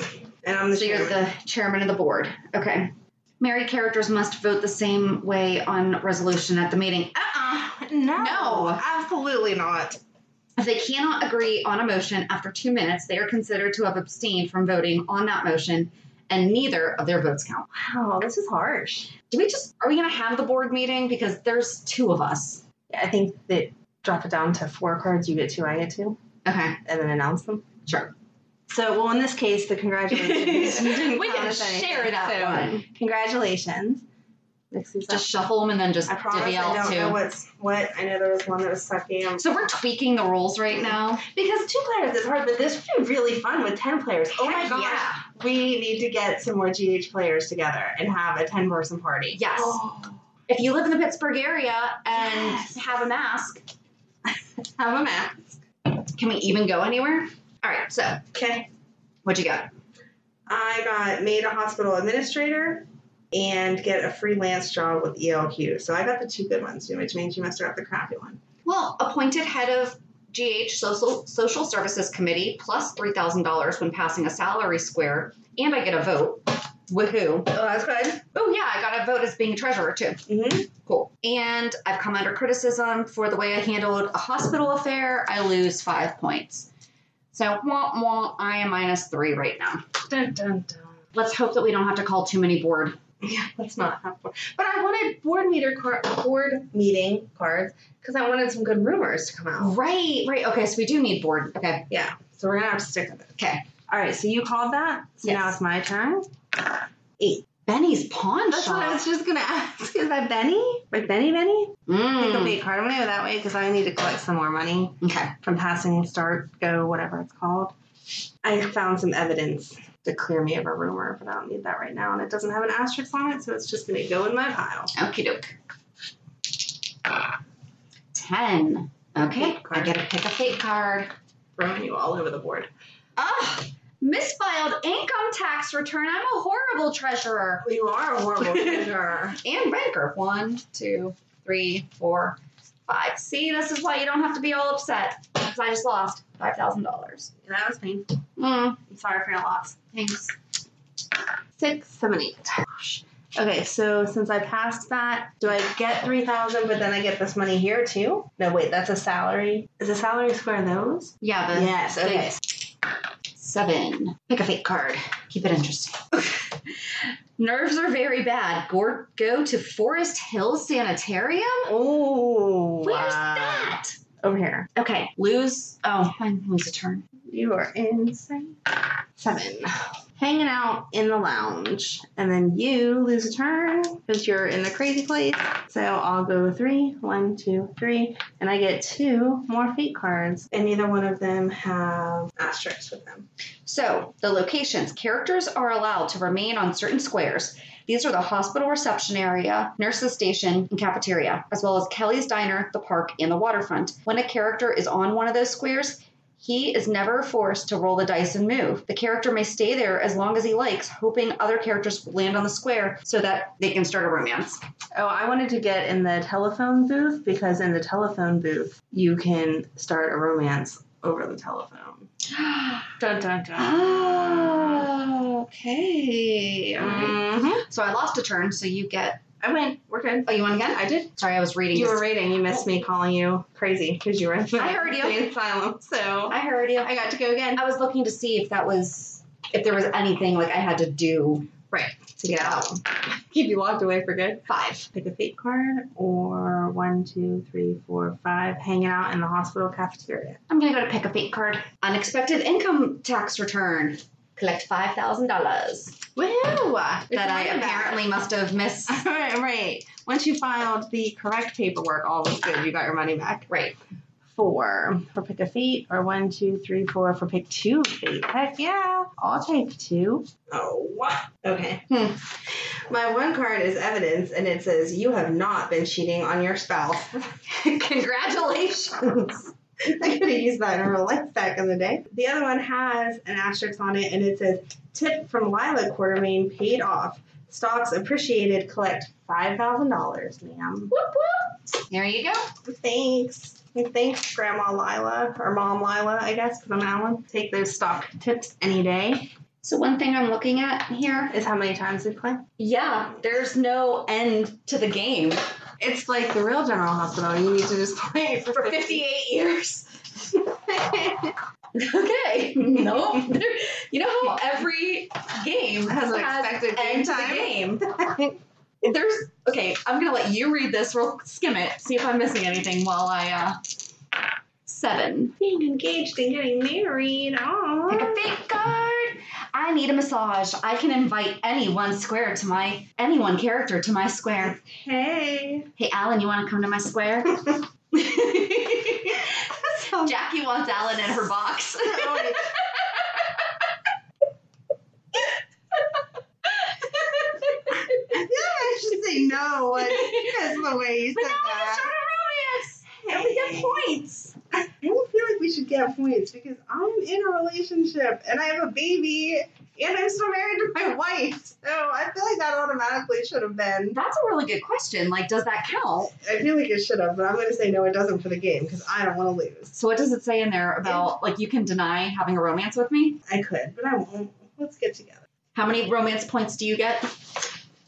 [SPEAKER 3] And I'm the
[SPEAKER 1] So you're
[SPEAKER 3] chairman.
[SPEAKER 1] the chairman of the board. Okay. Married characters must vote the same way on resolution at the meeting. Uh-uh.
[SPEAKER 3] no,
[SPEAKER 1] No.
[SPEAKER 3] absolutely not.
[SPEAKER 1] If they cannot agree on a motion after two minutes, they are considered to have abstained from voting on that motion and neither of their votes count.
[SPEAKER 3] Wow, Oh, this is harsh.
[SPEAKER 1] Do we just, are we going to have the board meeting? Because there's two of us.
[SPEAKER 3] I think that drop it down to four cards. You get two, I get two,
[SPEAKER 1] Okay.
[SPEAKER 3] and then announce them.
[SPEAKER 1] Sure.
[SPEAKER 3] So, well, in this case, the congratulations. didn't
[SPEAKER 1] We
[SPEAKER 3] count
[SPEAKER 1] can
[SPEAKER 3] as anything.
[SPEAKER 1] share that
[SPEAKER 3] So,
[SPEAKER 1] one.
[SPEAKER 3] Congratulations. Mix these up.
[SPEAKER 1] Just shuffle them and then just
[SPEAKER 3] I promise
[SPEAKER 1] divvy
[SPEAKER 3] I
[SPEAKER 1] out
[SPEAKER 3] don't know
[SPEAKER 1] two.
[SPEAKER 3] what's what. I know there was one that was sucky. I'm-
[SPEAKER 1] So we're tweaking the rules right now.
[SPEAKER 3] Because two players is hard, but this would be really fun with ten players. Oh my
[SPEAKER 1] Heck
[SPEAKER 3] gosh,
[SPEAKER 1] yeah.
[SPEAKER 3] we need to get some more GH players together and have a ten person party. Oh.
[SPEAKER 1] Yes. If you live in the Pittsburgh area and have a mask,
[SPEAKER 3] have a map.
[SPEAKER 1] Can we even go anywhere? All right, so
[SPEAKER 3] Okay,
[SPEAKER 1] what'd you got?
[SPEAKER 3] I got made a hospital administrator and get a freelance job with ELQ. So I got the two good ones, which means you must have got the crappy one.
[SPEAKER 1] Well, appointed head of GH Social Social Services Committee plus three thousand dollars when passing a salary square, and I get a vote. Woohoo!
[SPEAKER 3] Oh, that's good.
[SPEAKER 1] Oh yeah, I got a vote as being treasurer too.
[SPEAKER 3] Mm-hmm.
[SPEAKER 1] Cool. And I've come under criticism for the way I handled a hospital affair. I lose five points. So womp womp, I am minus three right now.
[SPEAKER 3] Dun dun dun.
[SPEAKER 1] Let's hope that we don't have to call too many board
[SPEAKER 3] Yeah, let's not have board. But I wanted board meter car- board meeting cards because I wanted some good rumors to come out.
[SPEAKER 1] Right, right. Okay, so we do need board. Okay,
[SPEAKER 3] Yeah, so we're gonna have to stick with it.
[SPEAKER 1] okay.
[SPEAKER 3] All right, so you called that. So
[SPEAKER 1] Yes.
[SPEAKER 3] now it's my turn.
[SPEAKER 1] Benny's pawn
[SPEAKER 3] That's
[SPEAKER 1] shop.
[SPEAKER 3] what I was just gonna ask. Hmm. Is that Benny? Like Benny Benny? Pick up
[SPEAKER 1] Mm.
[SPEAKER 3] a card. I'm gonna go that way because I need to collect some more money
[SPEAKER 1] Okay.
[SPEAKER 3] from passing start go whatever it's called. I found some evidence to clear me of a rumor, but I don't need that right now, and it doesn't have an asterisk on it, so it's just gonna go in my pile.
[SPEAKER 1] Okie doke. Ten. Okay.
[SPEAKER 3] Fake
[SPEAKER 1] I
[SPEAKER 3] card.
[SPEAKER 1] get to pick a fake card.
[SPEAKER 3] Throwing you all over the board.
[SPEAKER 1] Ugh. Misfiled income tax return. I'm a horrible treasurer.
[SPEAKER 3] Oh, You are a horrible treasurer.
[SPEAKER 1] And banker. One, two, three, four, five. See, this is why you don't have to be all upset. Because I just lost five thousand dollars.
[SPEAKER 3] that was painful.
[SPEAKER 1] Mm.
[SPEAKER 3] I'm sorry for your loss.
[SPEAKER 1] Thanks.
[SPEAKER 3] Six, seven, eight. Gosh. Okay, so since I passed that, do I get three thousand? But then I get this money here too. No, wait, that's a salary. Is a salary square those?
[SPEAKER 1] Yeah, the
[SPEAKER 3] Yes. Okay.
[SPEAKER 1] Seven. Pick a fake card. Keep it interesting. Nerves are very bad. Go, go to Forest Hills Sanitarium?
[SPEAKER 3] Oh.
[SPEAKER 1] Where's that?
[SPEAKER 3] Over here.
[SPEAKER 1] Okay, lose. Oh, I lose a turn.
[SPEAKER 3] You are insane. Seven. Hanging out in the lounge, and then you lose a turn because you're in the crazy place. So I'll go three, one, two, three, and I get two more fate cards, and neither one of them have asterisks with them.
[SPEAKER 1] So, the locations. Characters are allowed to remain on certain squares. These are the hospital reception area, nurse's station, and cafeteria, as well as Kelly's Diner, the park, and the waterfront. When a character is on one of those squares, he is never forced to roll the dice and move. The character may stay there as long as he likes, hoping other characters will land on the square so that they can start a romance.
[SPEAKER 3] Oh, I wanted to get in the telephone booth because in the telephone booth you can start a romance over the telephone. dun dun
[SPEAKER 1] Oh, okay. All right.
[SPEAKER 3] Mhm.
[SPEAKER 1] So I lost a turn, so you get.
[SPEAKER 3] I win. We're good.
[SPEAKER 1] Oh, you won again? I did. Sorry, I was reading.
[SPEAKER 3] You
[SPEAKER 1] this-
[SPEAKER 3] were rating. You missed me calling you crazy because you were in the
[SPEAKER 1] I heard you.
[SPEAKER 3] insane asylum. So
[SPEAKER 1] I heard you.
[SPEAKER 3] I got to go again
[SPEAKER 1] I was looking to see if that was if there was anything like I had to do. Right.
[SPEAKER 3] to get out. Keep you locked away for good.
[SPEAKER 1] Five.
[SPEAKER 3] Pick a fate card or one, two, three, four, five. Hanging out in the hospital cafeteria.
[SPEAKER 1] I'm gonna go to pick a fake card. Unexpected income tax return. Collect five thousand dollars
[SPEAKER 3] Woohoo!
[SPEAKER 1] that I apparently must have missed.
[SPEAKER 3] Right, right. Once you filed the correct paperwork, all was good. You got your money back.
[SPEAKER 1] Right.
[SPEAKER 3] Four for pick a fate, or one, two, three, four for pick two of fate. Heck yeah, I'll take two. Oh, what? Okay.
[SPEAKER 1] Hmm.
[SPEAKER 3] My one card is evidence, and it says you have not been cheating on your spouse.
[SPEAKER 1] Congratulations.
[SPEAKER 3] I could have used that in real life back in the day. The other one has an asterisk on it, and it says tip from Lila Quartermain paid off. Stocks appreciated. Collect five thousand dollars, ma'am.
[SPEAKER 1] There you go.
[SPEAKER 3] Thanks. I think Grandma Lila or Mom Lila, I guess, because I'm Alan. Take those stock tips any day.
[SPEAKER 1] So one thing I'm looking at here
[SPEAKER 3] Is how many times we play.
[SPEAKER 1] Yeah, there's no end to the game
[SPEAKER 3] It's like the real General Hospital. You need to just play it for,
[SPEAKER 1] for 58 years. okay. Nope. There- you know how every game
[SPEAKER 3] Has
[SPEAKER 1] has
[SPEAKER 3] an expected game
[SPEAKER 1] end to
[SPEAKER 3] time?
[SPEAKER 1] The game. There's okay. I'm gonna let you read this. We'll skim it. See if I'm missing anything while I uh seven.
[SPEAKER 3] Being engaged and getting married.
[SPEAKER 1] Pick
[SPEAKER 3] Aww.
[SPEAKER 1] a fake card. I need a massage. I can invite any one square to my any one character to my square.
[SPEAKER 3] Hey.
[SPEAKER 1] Hey, Alan, you want to come to my square? Jackie wants Alan in her box.
[SPEAKER 3] I feel like I should say no because the way you
[SPEAKER 1] But
[SPEAKER 3] said
[SPEAKER 1] now we can start a romance, and we
[SPEAKER 3] Hey.
[SPEAKER 1] get points.
[SPEAKER 3] I don't feel like we should get points because I'm in a relationship and I have a baby and I'm still married to my wife. So I feel like that automatically should have been.
[SPEAKER 1] That's a really good question. Like, does that count?
[SPEAKER 3] I feel like it should have, but I'm going to say no, it doesn't for the game because I don't want to lose.
[SPEAKER 1] So, what does it say in there about like you can deny having a romance with me?
[SPEAKER 3] I could, but I won't. Let's get together.
[SPEAKER 1] How many romance points do you get?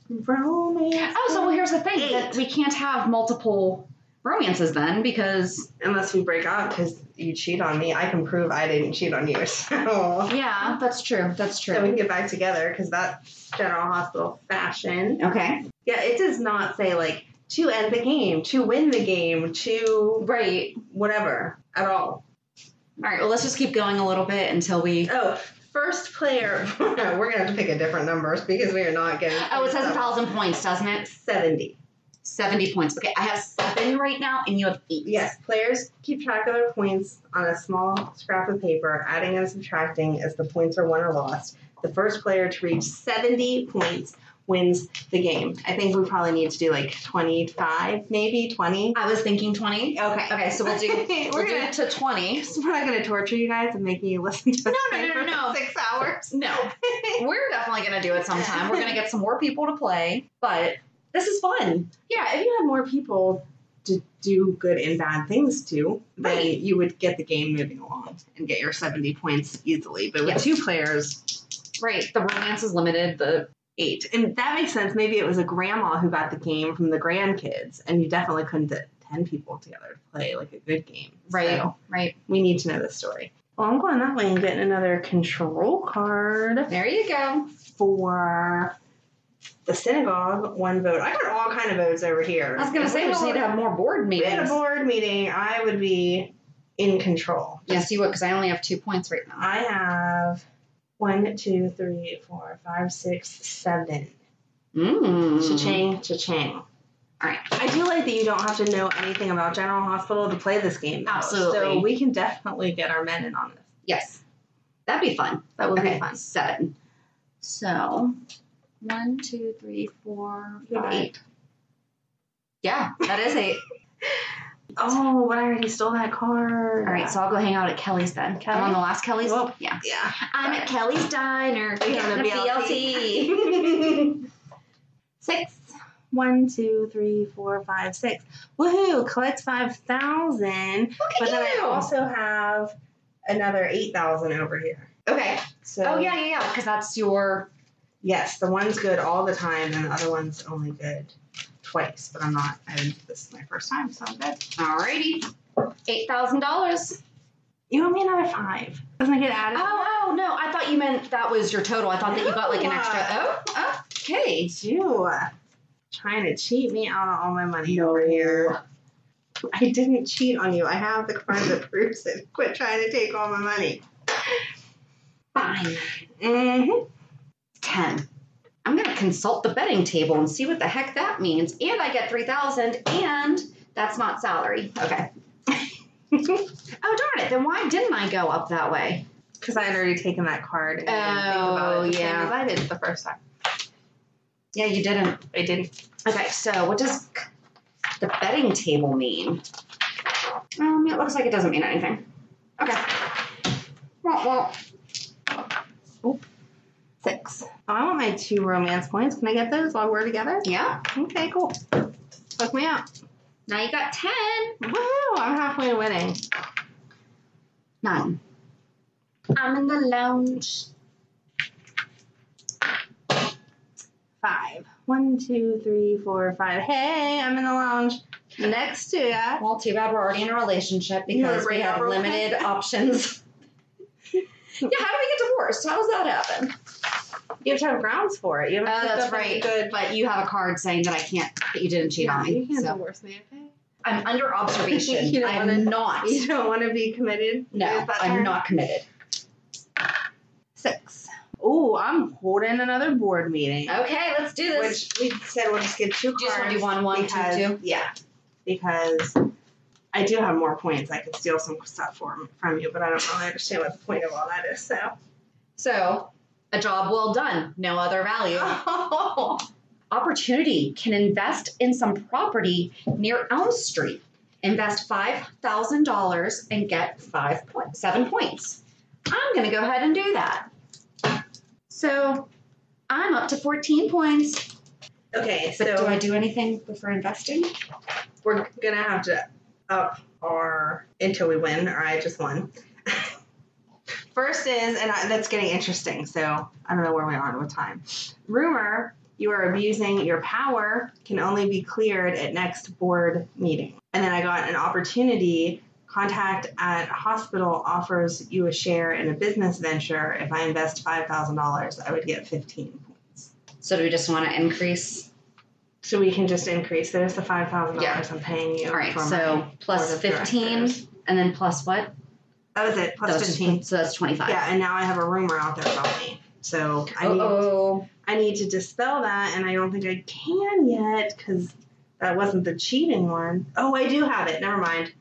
[SPEAKER 3] Romance.
[SPEAKER 1] Oh, so well, here's the thing
[SPEAKER 3] Eight.
[SPEAKER 1] that we can't have multiple romances then because
[SPEAKER 3] Unless we break up because you cheat on me, I can prove I didn't cheat on you. So,
[SPEAKER 1] yeah, oh, that's true. That's
[SPEAKER 3] so we
[SPEAKER 1] true.
[SPEAKER 3] can get back together because that's General Hospital fashion.
[SPEAKER 1] Okay.
[SPEAKER 3] Yeah, it does not say like to end the game, to win the game, to
[SPEAKER 1] Right.
[SPEAKER 3] whatever at all.
[SPEAKER 1] All right. Well, let's just keep going a little bit until we.
[SPEAKER 3] Oh, first player. We're gonna have to pick a different numbers because we are not getting.
[SPEAKER 1] Oh, it says a thousand points, doesn't it?
[SPEAKER 3] seventy.
[SPEAKER 1] Seventy points. Okay, I have seven right now, and you have eight.
[SPEAKER 3] Yes, players keep track of their points on a small scrap of paper, adding and subtracting as the points are won or lost. The first player to reach seventy points wins the game. I think we probably need to do like twenty-five, maybe twenty.
[SPEAKER 1] I was thinking twenty. Okay. Okay. So we'll do.
[SPEAKER 3] We're
[SPEAKER 1] we'll do
[SPEAKER 3] gonna-
[SPEAKER 1] it to twenty.
[SPEAKER 3] We're not gonna torture you guys and make you listen to us
[SPEAKER 1] no, no,
[SPEAKER 3] for
[SPEAKER 1] no, no.
[SPEAKER 3] six hours.
[SPEAKER 1] No, we're definitely gonna do it sometime. We're gonna get some more people to play, but this is fun.
[SPEAKER 3] Yeah, if you had more people to do good and bad things to, then
[SPEAKER 1] Right.
[SPEAKER 3] you would get the game moving along and get your 70 points easily. But with
[SPEAKER 1] Yeah.
[SPEAKER 3] two players,
[SPEAKER 1] Right. The romance is limited. The
[SPEAKER 3] eight. And that makes sense. Maybe it was a grandma who got the game from the grandkids, and you definitely couldn't get 10 people together to play like a good game.
[SPEAKER 1] right.
[SPEAKER 3] So
[SPEAKER 1] Right.
[SPEAKER 3] we need to know this story. Well, I'm going that way and getting another control card.
[SPEAKER 1] There you go.
[SPEAKER 3] for the synagogue, one vote. I got all kind of votes over here.
[SPEAKER 1] I was gonna say we just need to have more board
[SPEAKER 3] If we had a
[SPEAKER 1] meetings.
[SPEAKER 3] board meeting, I would be in control.
[SPEAKER 1] Yes, you would, because I only have two points right now.
[SPEAKER 3] I have one, two, three, four, five, six, seven.
[SPEAKER 1] Mm.
[SPEAKER 3] Cha-ching, cha-ching.
[SPEAKER 1] All right.
[SPEAKER 3] I do like that you don't have to know anything about General Hospital to play this game. though.
[SPEAKER 1] Absolutely.
[SPEAKER 3] So we can definitely get our men in on this.
[SPEAKER 1] Yes. That'd be fun. That would
[SPEAKER 3] Okay.
[SPEAKER 1] be fun. Seven. So one, two, three, four,
[SPEAKER 3] You have
[SPEAKER 1] five.
[SPEAKER 3] eight.
[SPEAKER 1] Yeah, that is eight.
[SPEAKER 3] Oh, but I already stole that
[SPEAKER 1] All
[SPEAKER 3] card.
[SPEAKER 1] right, so I'll go hang out at Kelly's then.
[SPEAKER 3] Kelly?
[SPEAKER 1] I'm on the last Kelly's.
[SPEAKER 3] Well,
[SPEAKER 1] yeah.
[SPEAKER 3] yeah.
[SPEAKER 1] I'm at Kelly's Diner.
[SPEAKER 3] We have
[SPEAKER 1] getting
[SPEAKER 3] a BLT.
[SPEAKER 1] BLT.
[SPEAKER 3] six. One, two, three, four, five, six. Woohoo! Collects five thousand.
[SPEAKER 1] Look at
[SPEAKER 3] But then I
[SPEAKER 1] you.
[SPEAKER 3] also have another eight thousand over here.
[SPEAKER 1] okay.
[SPEAKER 3] So
[SPEAKER 1] oh yeah, yeah, yeah. Because that's your.
[SPEAKER 3] yes, the one's good all the time, and the other one's only good twice. But I'm not. I didn't, this is my first time, so I'm good.
[SPEAKER 1] Alrighty. Eight thousand dollars.
[SPEAKER 3] You owe me another five. Doesn't it get added?
[SPEAKER 1] Oh, oh no! I thought you meant that was your total. I thought that you got like an extra.
[SPEAKER 3] No.
[SPEAKER 1] Oh, okay.
[SPEAKER 3] You trying to cheat me out of all my money over here. I didn't cheat on you. I have the card that proves it. Quit trying to take all my money.
[SPEAKER 1] Fine.
[SPEAKER 3] Mm-hmm.
[SPEAKER 1] 10. I'm going to consult the betting table and see what the heck that means. And I get 3000 and that's not salary. Okay. oh, darn it. Then why didn't I go up that way?
[SPEAKER 3] Because I had already taken that card and I didn't think about
[SPEAKER 1] Oh,
[SPEAKER 3] it the same
[SPEAKER 1] yeah.
[SPEAKER 3] as I did the first time.
[SPEAKER 1] Yeah, you didn't.
[SPEAKER 3] I didn't.
[SPEAKER 1] Okay, so what does the betting table mean? Um, it looks like it doesn't mean anything. Okay. Well, well,
[SPEAKER 3] Six. Oh, I want my two romance points. Can I get those while we're together?
[SPEAKER 1] yeah.
[SPEAKER 3] Okay, cool. Hook me up.
[SPEAKER 1] Now you got 10.
[SPEAKER 3] Woohoo! I'm halfway winning.
[SPEAKER 1] Nine. I'm in the lounge.
[SPEAKER 3] Five. One, two, three, four, five. Hey, I'm in the lounge next to ya.
[SPEAKER 1] Well, too bad we're already in a relationship because
[SPEAKER 3] You're
[SPEAKER 1] we
[SPEAKER 3] right
[SPEAKER 1] have
[SPEAKER 3] over
[SPEAKER 1] limited options. yeah, how do we get divorced? How does that happen?
[SPEAKER 3] You have to have grounds for it. You
[SPEAKER 1] Oh,
[SPEAKER 3] have to
[SPEAKER 1] that's right.
[SPEAKER 3] Good.
[SPEAKER 1] But you have a card saying that I can't, that you didn't cheat on
[SPEAKER 3] You
[SPEAKER 1] me.
[SPEAKER 3] can't
[SPEAKER 1] So
[SPEAKER 3] divorce me, okay?
[SPEAKER 1] I'm under observation.
[SPEAKER 3] You don't
[SPEAKER 1] I'm
[SPEAKER 3] wanna-
[SPEAKER 1] not.
[SPEAKER 3] You don't want to be committed.
[SPEAKER 1] No,
[SPEAKER 3] Is that
[SPEAKER 1] I'm
[SPEAKER 3] fair?
[SPEAKER 1] not committed. Six.
[SPEAKER 3] Ooh, I'm holding another board meeting.
[SPEAKER 1] Okay, let's do this.
[SPEAKER 3] Which we said we'll just get two cards.
[SPEAKER 1] Do you just wanna do one, one, two,
[SPEAKER 3] because-
[SPEAKER 1] two?
[SPEAKER 3] Yeah, because I do have more points. I could steal some stuff from from you, but I don't really understand what the point of all that is. So
[SPEAKER 1] so, a job well done, no other value. Opportunity can invest in some property near Elm Street. Invest $5,000 and get five point, seven points. I'm going to go ahead and do that. So, I'm up to 14 points.
[SPEAKER 3] okay,
[SPEAKER 1] But do
[SPEAKER 3] so
[SPEAKER 1] I do anything before investing?
[SPEAKER 3] we're gonna have to up our until we win, or I just won. First is, and I, that's getting interesting. So I don't know where we are with time. Rumor you are abusing your power can only be cleared at next board meeting. And then I got an opportunity. Contact at hospital offers you a share in a business venture. If I invest five thousand dollars, I would get fifteen.
[SPEAKER 1] So, do we just want to increase?
[SPEAKER 3] So we can just increase. There's the five thousand dollars I'm paying you.
[SPEAKER 1] All right,
[SPEAKER 3] for my
[SPEAKER 1] so plus
[SPEAKER 3] board of
[SPEAKER 1] 15
[SPEAKER 3] directors.
[SPEAKER 1] and then plus what?
[SPEAKER 3] That was it. Plus
[SPEAKER 1] That was just-
[SPEAKER 3] fifteen.
[SPEAKER 1] so that's 25.
[SPEAKER 3] Yeah, and now I have a rumor out there about me. So I need
[SPEAKER 1] Oh,
[SPEAKER 3] I need to dispel that, and I don't think I can yet because that wasn't the cheating one. Oh, I do have it. Never mind.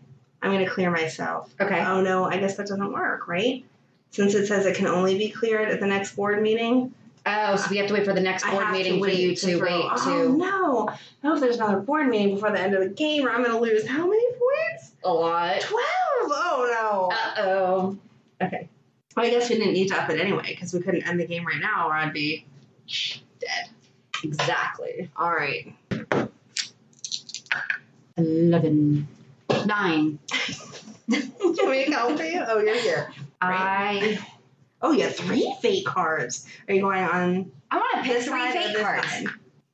[SPEAKER 3] I'm gonna clear myself.
[SPEAKER 1] okay.
[SPEAKER 3] Oh no, I guess that doesn't work, right? Since it says it can only be cleared at the next board meeting,
[SPEAKER 1] Oh, so we have to wait for the next
[SPEAKER 3] I
[SPEAKER 1] board
[SPEAKER 3] have
[SPEAKER 1] meeting
[SPEAKER 3] to
[SPEAKER 1] for
[SPEAKER 3] wait
[SPEAKER 1] you
[SPEAKER 3] to
[SPEAKER 1] to
[SPEAKER 3] throw-
[SPEAKER 1] wait
[SPEAKER 3] Oh
[SPEAKER 1] to
[SPEAKER 3] no! I hope there's another board meeting before the end of the game, or I'm gonna lose how many points?
[SPEAKER 1] a lot.
[SPEAKER 3] Twelve. Oh no.
[SPEAKER 1] Uh oh.
[SPEAKER 3] Okay. Well, I guess we didn't need to up it anyway because we couldn't end the game right now, or I'd be dead.
[SPEAKER 1] Exactly.
[SPEAKER 3] All right.
[SPEAKER 1] Eleven. Nine.
[SPEAKER 3] Can we help you? Oh, you're here. Uh,
[SPEAKER 1] I
[SPEAKER 3] Oh, you have three fake cards. Are you going on
[SPEAKER 1] I want to pick
[SPEAKER 3] this
[SPEAKER 1] three
[SPEAKER 3] side or
[SPEAKER 1] fake
[SPEAKER 3] this
[SPEAKER 1] cards.
[SPEAKER 3] side?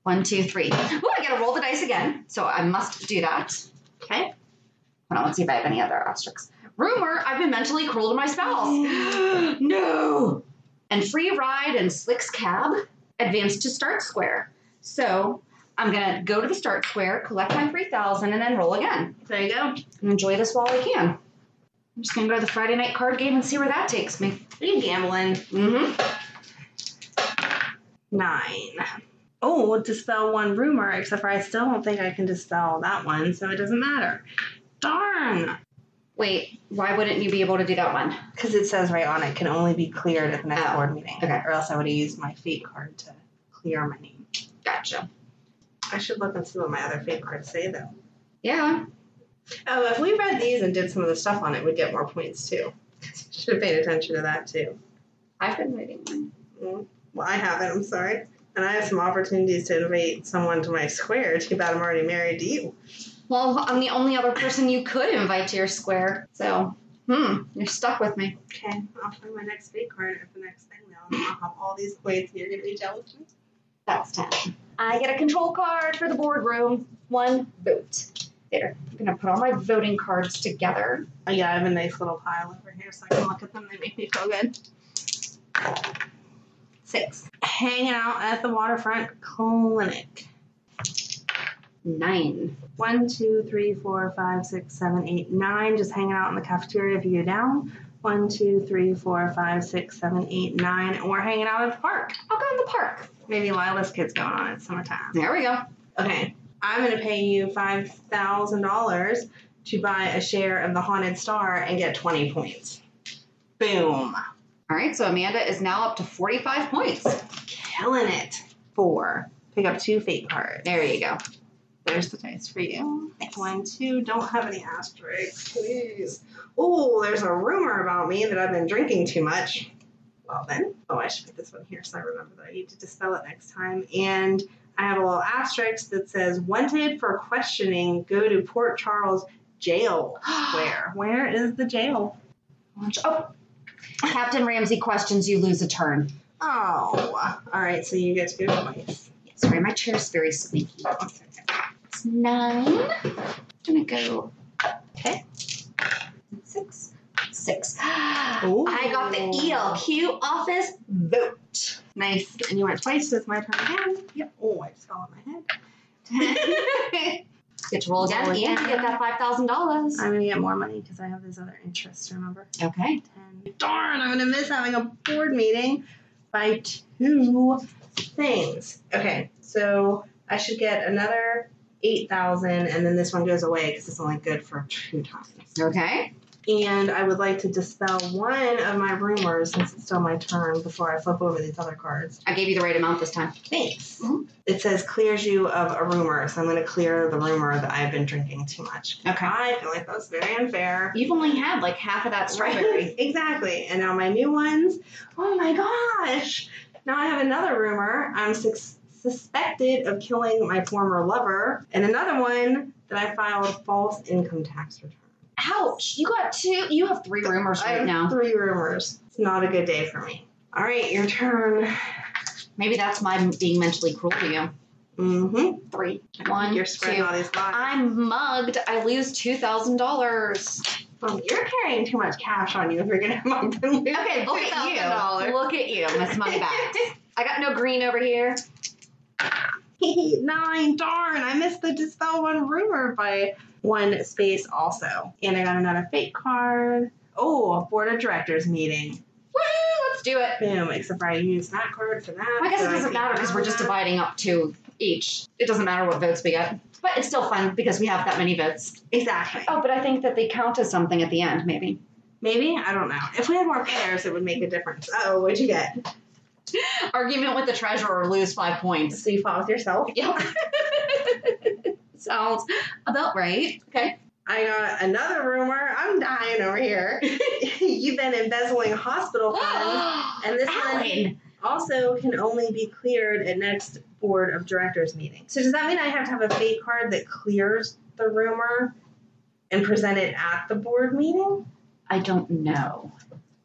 [SPEAKER 1] One, two, three. Ooh, I gotta roll the dice again, so I must do that.
[SPEAKER 3] Okay.
[SPEAKER 1] Hold on, let's see if I have any other asterisks. Rumor: I've been mentally cruel to my spouse. no. And free ride and Slick's cab advance to start square. So I'm gonna go to the start square, collect my three thousand, and then roll again.
[SPEAKER 3] There you go.
[SPEAKER 1] and enjoy this while I can. I'm just gonna go to the Friday night card game and see where that takes me.
[SPEAKER 3] Are you gambling?
[SPEAKER 1] Mm-hmm.
[SPEAKER 3] Nine. Oh, we'll dispel one rumor, except for I still don't think I can dispel that one, so it doesn't matter. Darn!
[SPEAKER 1] Wait, why wouldn't you be able to do that one?
[SPEAKER 3] Because it says right on it can only be cleared at the next
[SPEAKER 1] Oh,
[SPEAKER 3] board meeting.
[SPEAKER 1] okay.
[SPEAKER 3] Or else I would have used my fake card to clear my name.
[SPEAKER 1] Gotcha.
[SPEAKER 3] I should look and see what my other fake cards say, though.
[SPEAKER 1] Yeah.
[SPEAKER 3] Oh, if we read these and did some of the stuff on it, we'd get more points too. Should have paid attention to that too.
[SPEAKER 1] I've been waiting one.
[SPEAKER 3] Mm, Well, I haven't. I'm sorry. And I have some opportunities to invite someone to my square. Too bad I'm already married to you.
[SPEAKER 1] Well, I'm the only other person you could invite to your square. So, hmm, you're stuck with me.
[SPEAKER 3] Okay, I'll find my next fake card at the next thing now, and I'll have all these points, and you're gonna be jealous of me.
[SPEAKER 1] That's 10. I get a control card for the boardroom. One vote. There. I'm gonna put all my voting cards together.
[SPEAKER 3] Oh, yeah, I have a nice little pile over here, so I can look at them. They make me feel good.
[SPEAKER 1] Six.
[SPEAKER 3] Hanging out at the waterfront clinic.
[SPEAKER 1] Nine.
[SPEAKER 3] One, two, three, four, five, six, seven, eight, nine. Just hanging out in the cafeteria if you go down. One, two, three, four, five, six, seven, eight, nine. And we're hanging out at the park.
[SPEAKER 1] I'll go in the park.
[SPEAKER 3] Maybe Lila's kid's going on. It's summertime.
[SPEAKER 1] There we go.
[SPEAKER 3] Okay. I'm going to pay you $5,000 to buy a share of the Haunted Star and get 20 points. Boom.
[SPEAKER 1] All right, so Amanda is now up to 45 points.
[SPEAKER 3] Killing it. Four. Pick up two fake cards.
[SPEAKER 1] There you go.
[SPEAKER 3] There's the dice for you. One, two. Don't have any asterisks, please. Oh, there's a rumor about me that I've been drinking too much. Well, then. Oh, I should put this one here so I remember that I need to dispel it next time. And I have a little asterisk that says wanted for questioning. Go to Port Charles Jail. Where? Where is the jail?
[SPEAKER 1] Oh, Captain Ramsey questions you lose a turn.
[SPEAKER 3] Oh, all right. So you get to go twice.
[SPEAKER 1] Sorry, my chair's very squeaky. It's nine. I'm gonna go. Okay. Six. Six.
[SPEAKER 3] Ooh.
[SPEAKER 1] I got the ELQ office vote. Nice.
[SPEAKER 3] And you went twice, so it's my turn again. Yep. Oh, I just fell on my head.
[SPEAKER 1] Get to roll again and
[SPEAKER 3] Roll
[SPEAKER 1] you
[SPEAKER 3] again.
[SPEAKER 1] get that five thousand dollars.
[SPEAKER 3] I'm gonna get more money because I have those other interests. Remember?
[SPEAKER 1] Okay.
[SPEAKER 3] And darn, I'm gonna miss having a board meeting by two things. Okay, so I should get another eight thousand, and then this one goes away because it's only good for two times.
[SPEAKER 1] Okay.
[SPEAKER 3] And I would like to dispel one of my rumors since it's still my turn before I flip over these other cards.
[SPEAKER 1] I gave you the right amount this time.
[SPEAKER 3] Thanks.
[SPEAKER 1] Mhm.
[SPEAKER 3] It says clears you of a rumor, so I'm going to clear the rumor that I've been drinking too much.
[SPEAKER 1] Okay.
[SPEAKER 3] I feel like that's very unfair.
[SPEAKER 1] You've only had like half of that strawberry.
[SPEAKER 3] exactly. And now my new ones. Oh my gosh! Now I have another rumor. I'm sus- suspected of killing my former lover, and another one that I filed false income tax return.
[SPEAKER 1] Ouch! You got two. You have three rumors
[SPEAKER 3] I
[SPEAKER 1] right
[SPEAKER 3] have
[SPEAKER 1] now.
[SPEAKER 3] three rumors. It's not a good day for me. All right, your turn.
[SPEAKER 1] Maybe that's my being mentally cruel to you.
[SPEAKER 3] Mm-hmm.
[SPEAKER 1] Three. One.
[SPEAKER 3] You're spreading
[SPEAKER 1] two.
[SPEAKER 3] all these lies.
[SPEAKER 1] I'm mugged. I lose two thousand dollars.
[SPEAKER 3] Well, you're carrying too much cash on you if you're gonna have my
[SPEAKER 1] Okay, look at you. Look at you, Miss Moneybags. I got no green over here.
[SPEAKER 3] Nine darn! I missed the dispel one rumor by one space also, and I got another fake card. Oh, a board of directors meeting.
[SPEAKER 1] Woo! Let's do it.
[SPEAKER 3] Boom! Except I used that card for that.
[SPEAKER 1] I guess
[SPEAKER 3] so
[SPEAKER 1] it doesn't
[SPEAKER 3] beat
[SPEAKER 1] matter because we're just
[SPEAKER 3] that.
[SPEAKER 1] dividing up two each. It doesn't matter what votes we get, but it's still fun because we have that many votes.
[SPEAKER 3] Exactly.
[SPEAKER 1] Oh, but I think that they count as something at the end, maybe.
[SPEAKER 3] Maybe I don't know. If we had more players, it would make a difference. Oh, what'd you get?
[SPEAKER 1] Argument with the treasurer lose five points.
[SPEAKER 3] So you fought with yourself.
[SPEAKER 1] Yep. Sounds about right. Okay.
[SPEAKER 3] I got another rumor. I'm dying over here. You've been embezzling hospital funds. And this one-
[SPEAKER 1] Alan.
[SPEAKER 3] also can only be cleared at next board of directors meeting. So does that mean I have to have a fake card that clears the rumor and present it at the board meeting?
[SPEAKER 1] I don't know.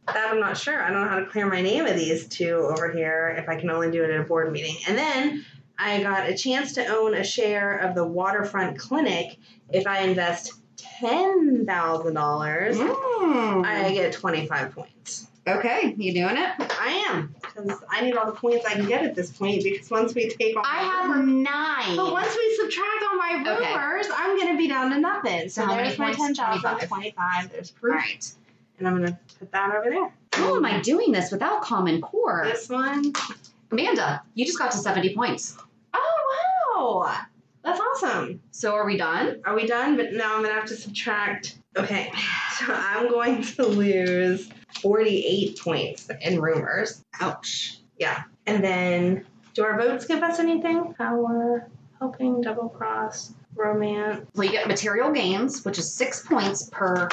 [SPEAKER 3] That I'm not sure. I don't know how to clear my name of these two over here if I can only do it at a board meeting. And then I got a chance to own a share of the waterfront clinic if I invest ten thousand dollars.
[SPEAKER 1] Mm.
[SPEAKER 3] I get twenty five points.
[SPEAKER 1] okay, you doing it?
[SPEAKER 3] I am because I need all the points I can get at this point. Because once we take all,
[SPEAKER 1] I
[SPEAKER 3] my
[SPEAKER 1] have nine.
[SPEAKER 3] But once we subtract all my
[SPEAKER 1] Okay.
[SPEAKER 3] rumors, I'm gonna be down to nothing.
[SPEAKER 1] So
[SPEAKER 3] So
[SPEAKER 1] how many
[SPEAKER 3] there's my
[SPEAKER 1] points?
[SPEAKER 3] ten
[SPEAKER 1] 25.
[SPEAKER 3] thousand twenty-five. There's
[SPEAKER 1] All
[SPEAKER 3] proof,
[SPEAKER 1] right.
[SPEAKER 3] and I'm gonna put that over there.
[SPEAKER 1] How am I doing this without Common Core?
[SPEAKER 3] This one.
[SPEAKER 1] Amanda, you just got to 70 points.
[SPEAKER 3] Oh wow, that's awesome.
[SPEAKER 1] So are we done?
[SPEAKER 3] Are we done? But now I'm gonna have to subtract. Okay, so I'm going to lose forty-eight points in rumors.
[SPEAKER 1] Ouch.
[SPEAKER 3] Yeah, and then do our votes give us anything? Power, helping, double cross, romance.
[SPEAKER 1] Well, you get material gains, which is six points per,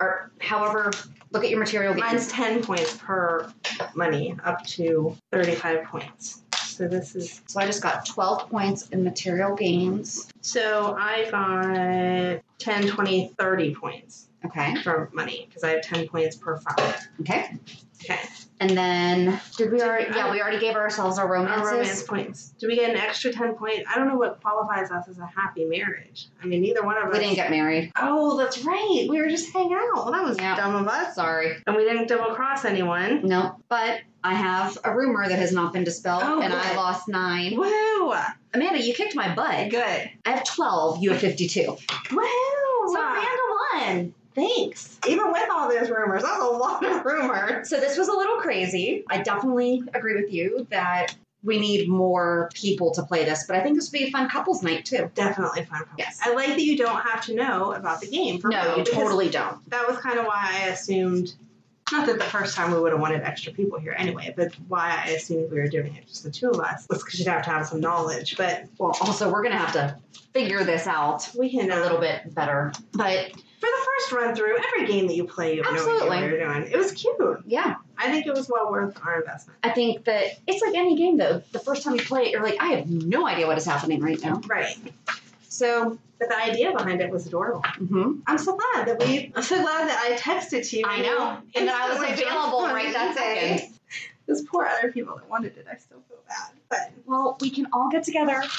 [SPEAKER 1] or however, look at your material
[SPEAKER 3] Mine's
[SPEAKER 1] gains.
[SPEAKER 3] 10 points per money, up to 35 points. So this is.
[SPEAKER 1] So I just got 12 points in material gains.
[SPEAKER 3] So I got 10, 20, 30 points
[SPEAKER 1] Okay.
[SPEAKER 3] for money because I have 10 points per five.
[SPEAKER 1] Okay.
[SPEAKER 3] Okay.
[SPEAKER 1] And then, did we already, yeah,
[SPEAKER 3] I-
[SPEAKER 1] we already gave ourselves our romances.
[SPEAKER 3] Our romance points. Do we get an extra 10 point? I don't know what qualifies us as a happy marriage. I mean, neither one of us.
[SPEAKER 1] We didn't get married.
[SPEAKER 3] Oh, that's right. We were just hanging out. Well, that was
[SPEAKER 1] Yeah.
[SPEAKER 3] dumb of us.
[SPEAKER 1] Sorry.
[SPEAKER 3] And we didn't double cross anyone.
[SPEAKER 1] No. But I have a rumor that has not been dispelled,
[SPEAKER 3] Oh,
[SPEAKER 1] and I
[SPEAKER 3] good.
[SPEAKER 1] lost nine.
[SPEAKER 3] Woo!
[SPEAKER 1] Amanda, you kicked my butt.
[SPEAKER 3] Good.
[SPEAKER 1] I have 12. You have 52.
[SPEAKER 3] Woo!
[SPEAKER 1] So Amanda won.
[SPEAKER 3] Thanks. Even with all those rumors, that's a lot of rumors.
[SPEAKER 1] So this was a little crazy. I definitely agree with you that we need more people to play this, but I think this would be a fun couples night too.
[SPEAKER 3] Definitely fun. problem.
[SPEAKER 1] Yes.
[SPEAKER 3] I like that you don't have to know about the game. For
[SPEAKER 1] No,
[SPEAKER 3] real,
[SPEAKER 1] you
[SPEAKER 3] because
[SPEAKER 1] totally don't.
[SPEAKER 3] That was kind of why I assumed. Not that the first time we would have wanted extra people here anyway, but why I assumed we were doing it just the two of us was because you'd have to have some knowledge. But
[SPEAKER 1] Well, also we're gonna have to figure this out
[SPEAKER 3] we can
[SPEAKER 1] a little bit better. But
[SPEAKER 3] for the first run through, every game that you play, you have no
[SPEAKER 1] Absolutely.
[SPEAKER 3] idea what you're doing. It was cute.
[SPEAKER 1] Yeah.
[SPEAKER 3] I think it was well worth our investment.
[SPEAKER 1] I think that it's like any game though. The first time you play it, you're like, I have no idea what is happening right now.
[SPEAKER 3] Right.
[SPEAKER 1] So
[SPEAKER 3] But the idea behind it was adorable.
[SPEAKER 1] mhm.
[SPEAKER 3] I'm so glad that we. I'm so glad that I texted you.
[SPEAKER 1] I know.
[SPEAKER 3] Instantly
[SPEAKER 1] And that I was available
[SPEAKER 3] jumped on
[SPEAKER 1] right that
[SPEAKER 3] Monday.
[SPEAKER 1] second.
[SPEAKER 3] Those poor other people that wanted it. I still feel bad. But
[SPEAKER 1] Well, we can all get together and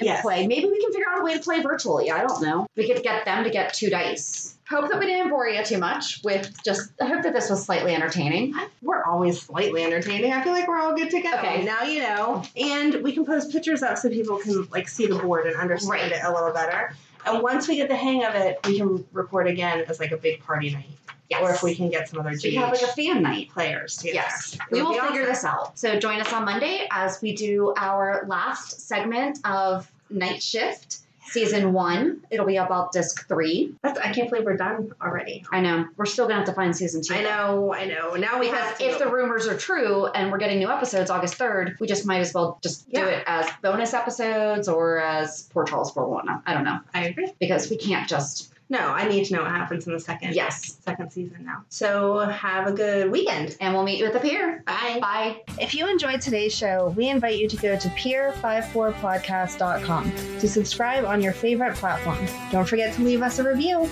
[SPEAKER 3] Yes.
[SPEAKER 1] play. Maybe we can figure out a way to play virtually. I don't know. We could get them to get two dice. Hope that we didn't bore you too much with just. I hope that this was slightly entertaining.
[SPEAKER 3] we're always slightly entertaining. I feel like we're all good to go.
[SPEAKER 1] Okay.
[SPEAKER 3] Now you know. And we can post pictures up so people can like see the board and understand
[SPEAKER 1] Right.
[SPEAKER 3] it a little better. And once we get the hang of it, we can record again as like a big party night.
[SPEAKER 1] Yes.
[SPEAKER 3] Or if we can get some other
[SPEAKER 1] we
[SPEAKER 3] GH
[SPEAKER 1] have like a fan night.
[SPEAKER 3] players together.
[SPEAKER 1] Yes,
[SPEAKER 3] It
[SPEAKER 1] we
[SPEAKER 3] would
[SPEAKER 1] will
[SPEAKER 3] be
[SPEAKER 1] figure
[SPEAKER 3] awesome.
[SPEAKER 1] this out. So join us on Monday as we do our last segment of Night Shift season one. It'll be about disc three.
[SPEAKER 3] That's, I can't believe we're done already.
[SPEAKER 1] I know we're still gonna have to find season two.
[SPEAKER 3] I know, I know. Now we
[SPEAKER 1] Because
[SPEAKER 3] have to.
[SPEAKER 1] if the rumors are true and we're getting new episodes August 3rd, we just might as well just do
[SPEAKER 3] Yeah.
[SPEAKER 1] it as bonus episodes or as Poor Charles for one. I don't know.
[SPEAKER 3] I agree.
[SPEAKER 1] Because we can't just.
[SPEAKER 3] No, I need to know what happens in the second.
[SPEAKER 1] Yes.
[SPEAKER 3] Second season now. So have a good weekend.
[SPEAKER 1] And we'll meet you at the pier. Bye. Bye.
[SPEAKER 2] If you enjoyed today's show, we invite you to go to peer54podcast.com to subscribe on your favorite platform. Don't forget to leave us a review.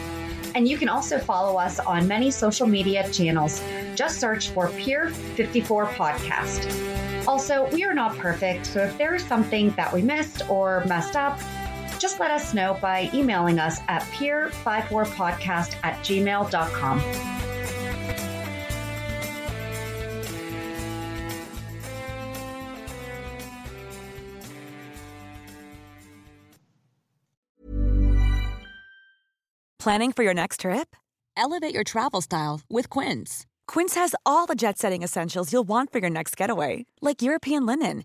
[SPEAKER 1] And you can also follow us on many social media channels. Just search for Pure 54 Podcast. Also, we are not perfect, so if there is something that we missed or messed up, just let us know by emailing us at peer54podcast at gmail.com.
[SPEAKER 4] Planning for your next trip? Elevate your travel style with Quince. Quince has all the jet setting essentials you'll want for your next getaway, like European linen,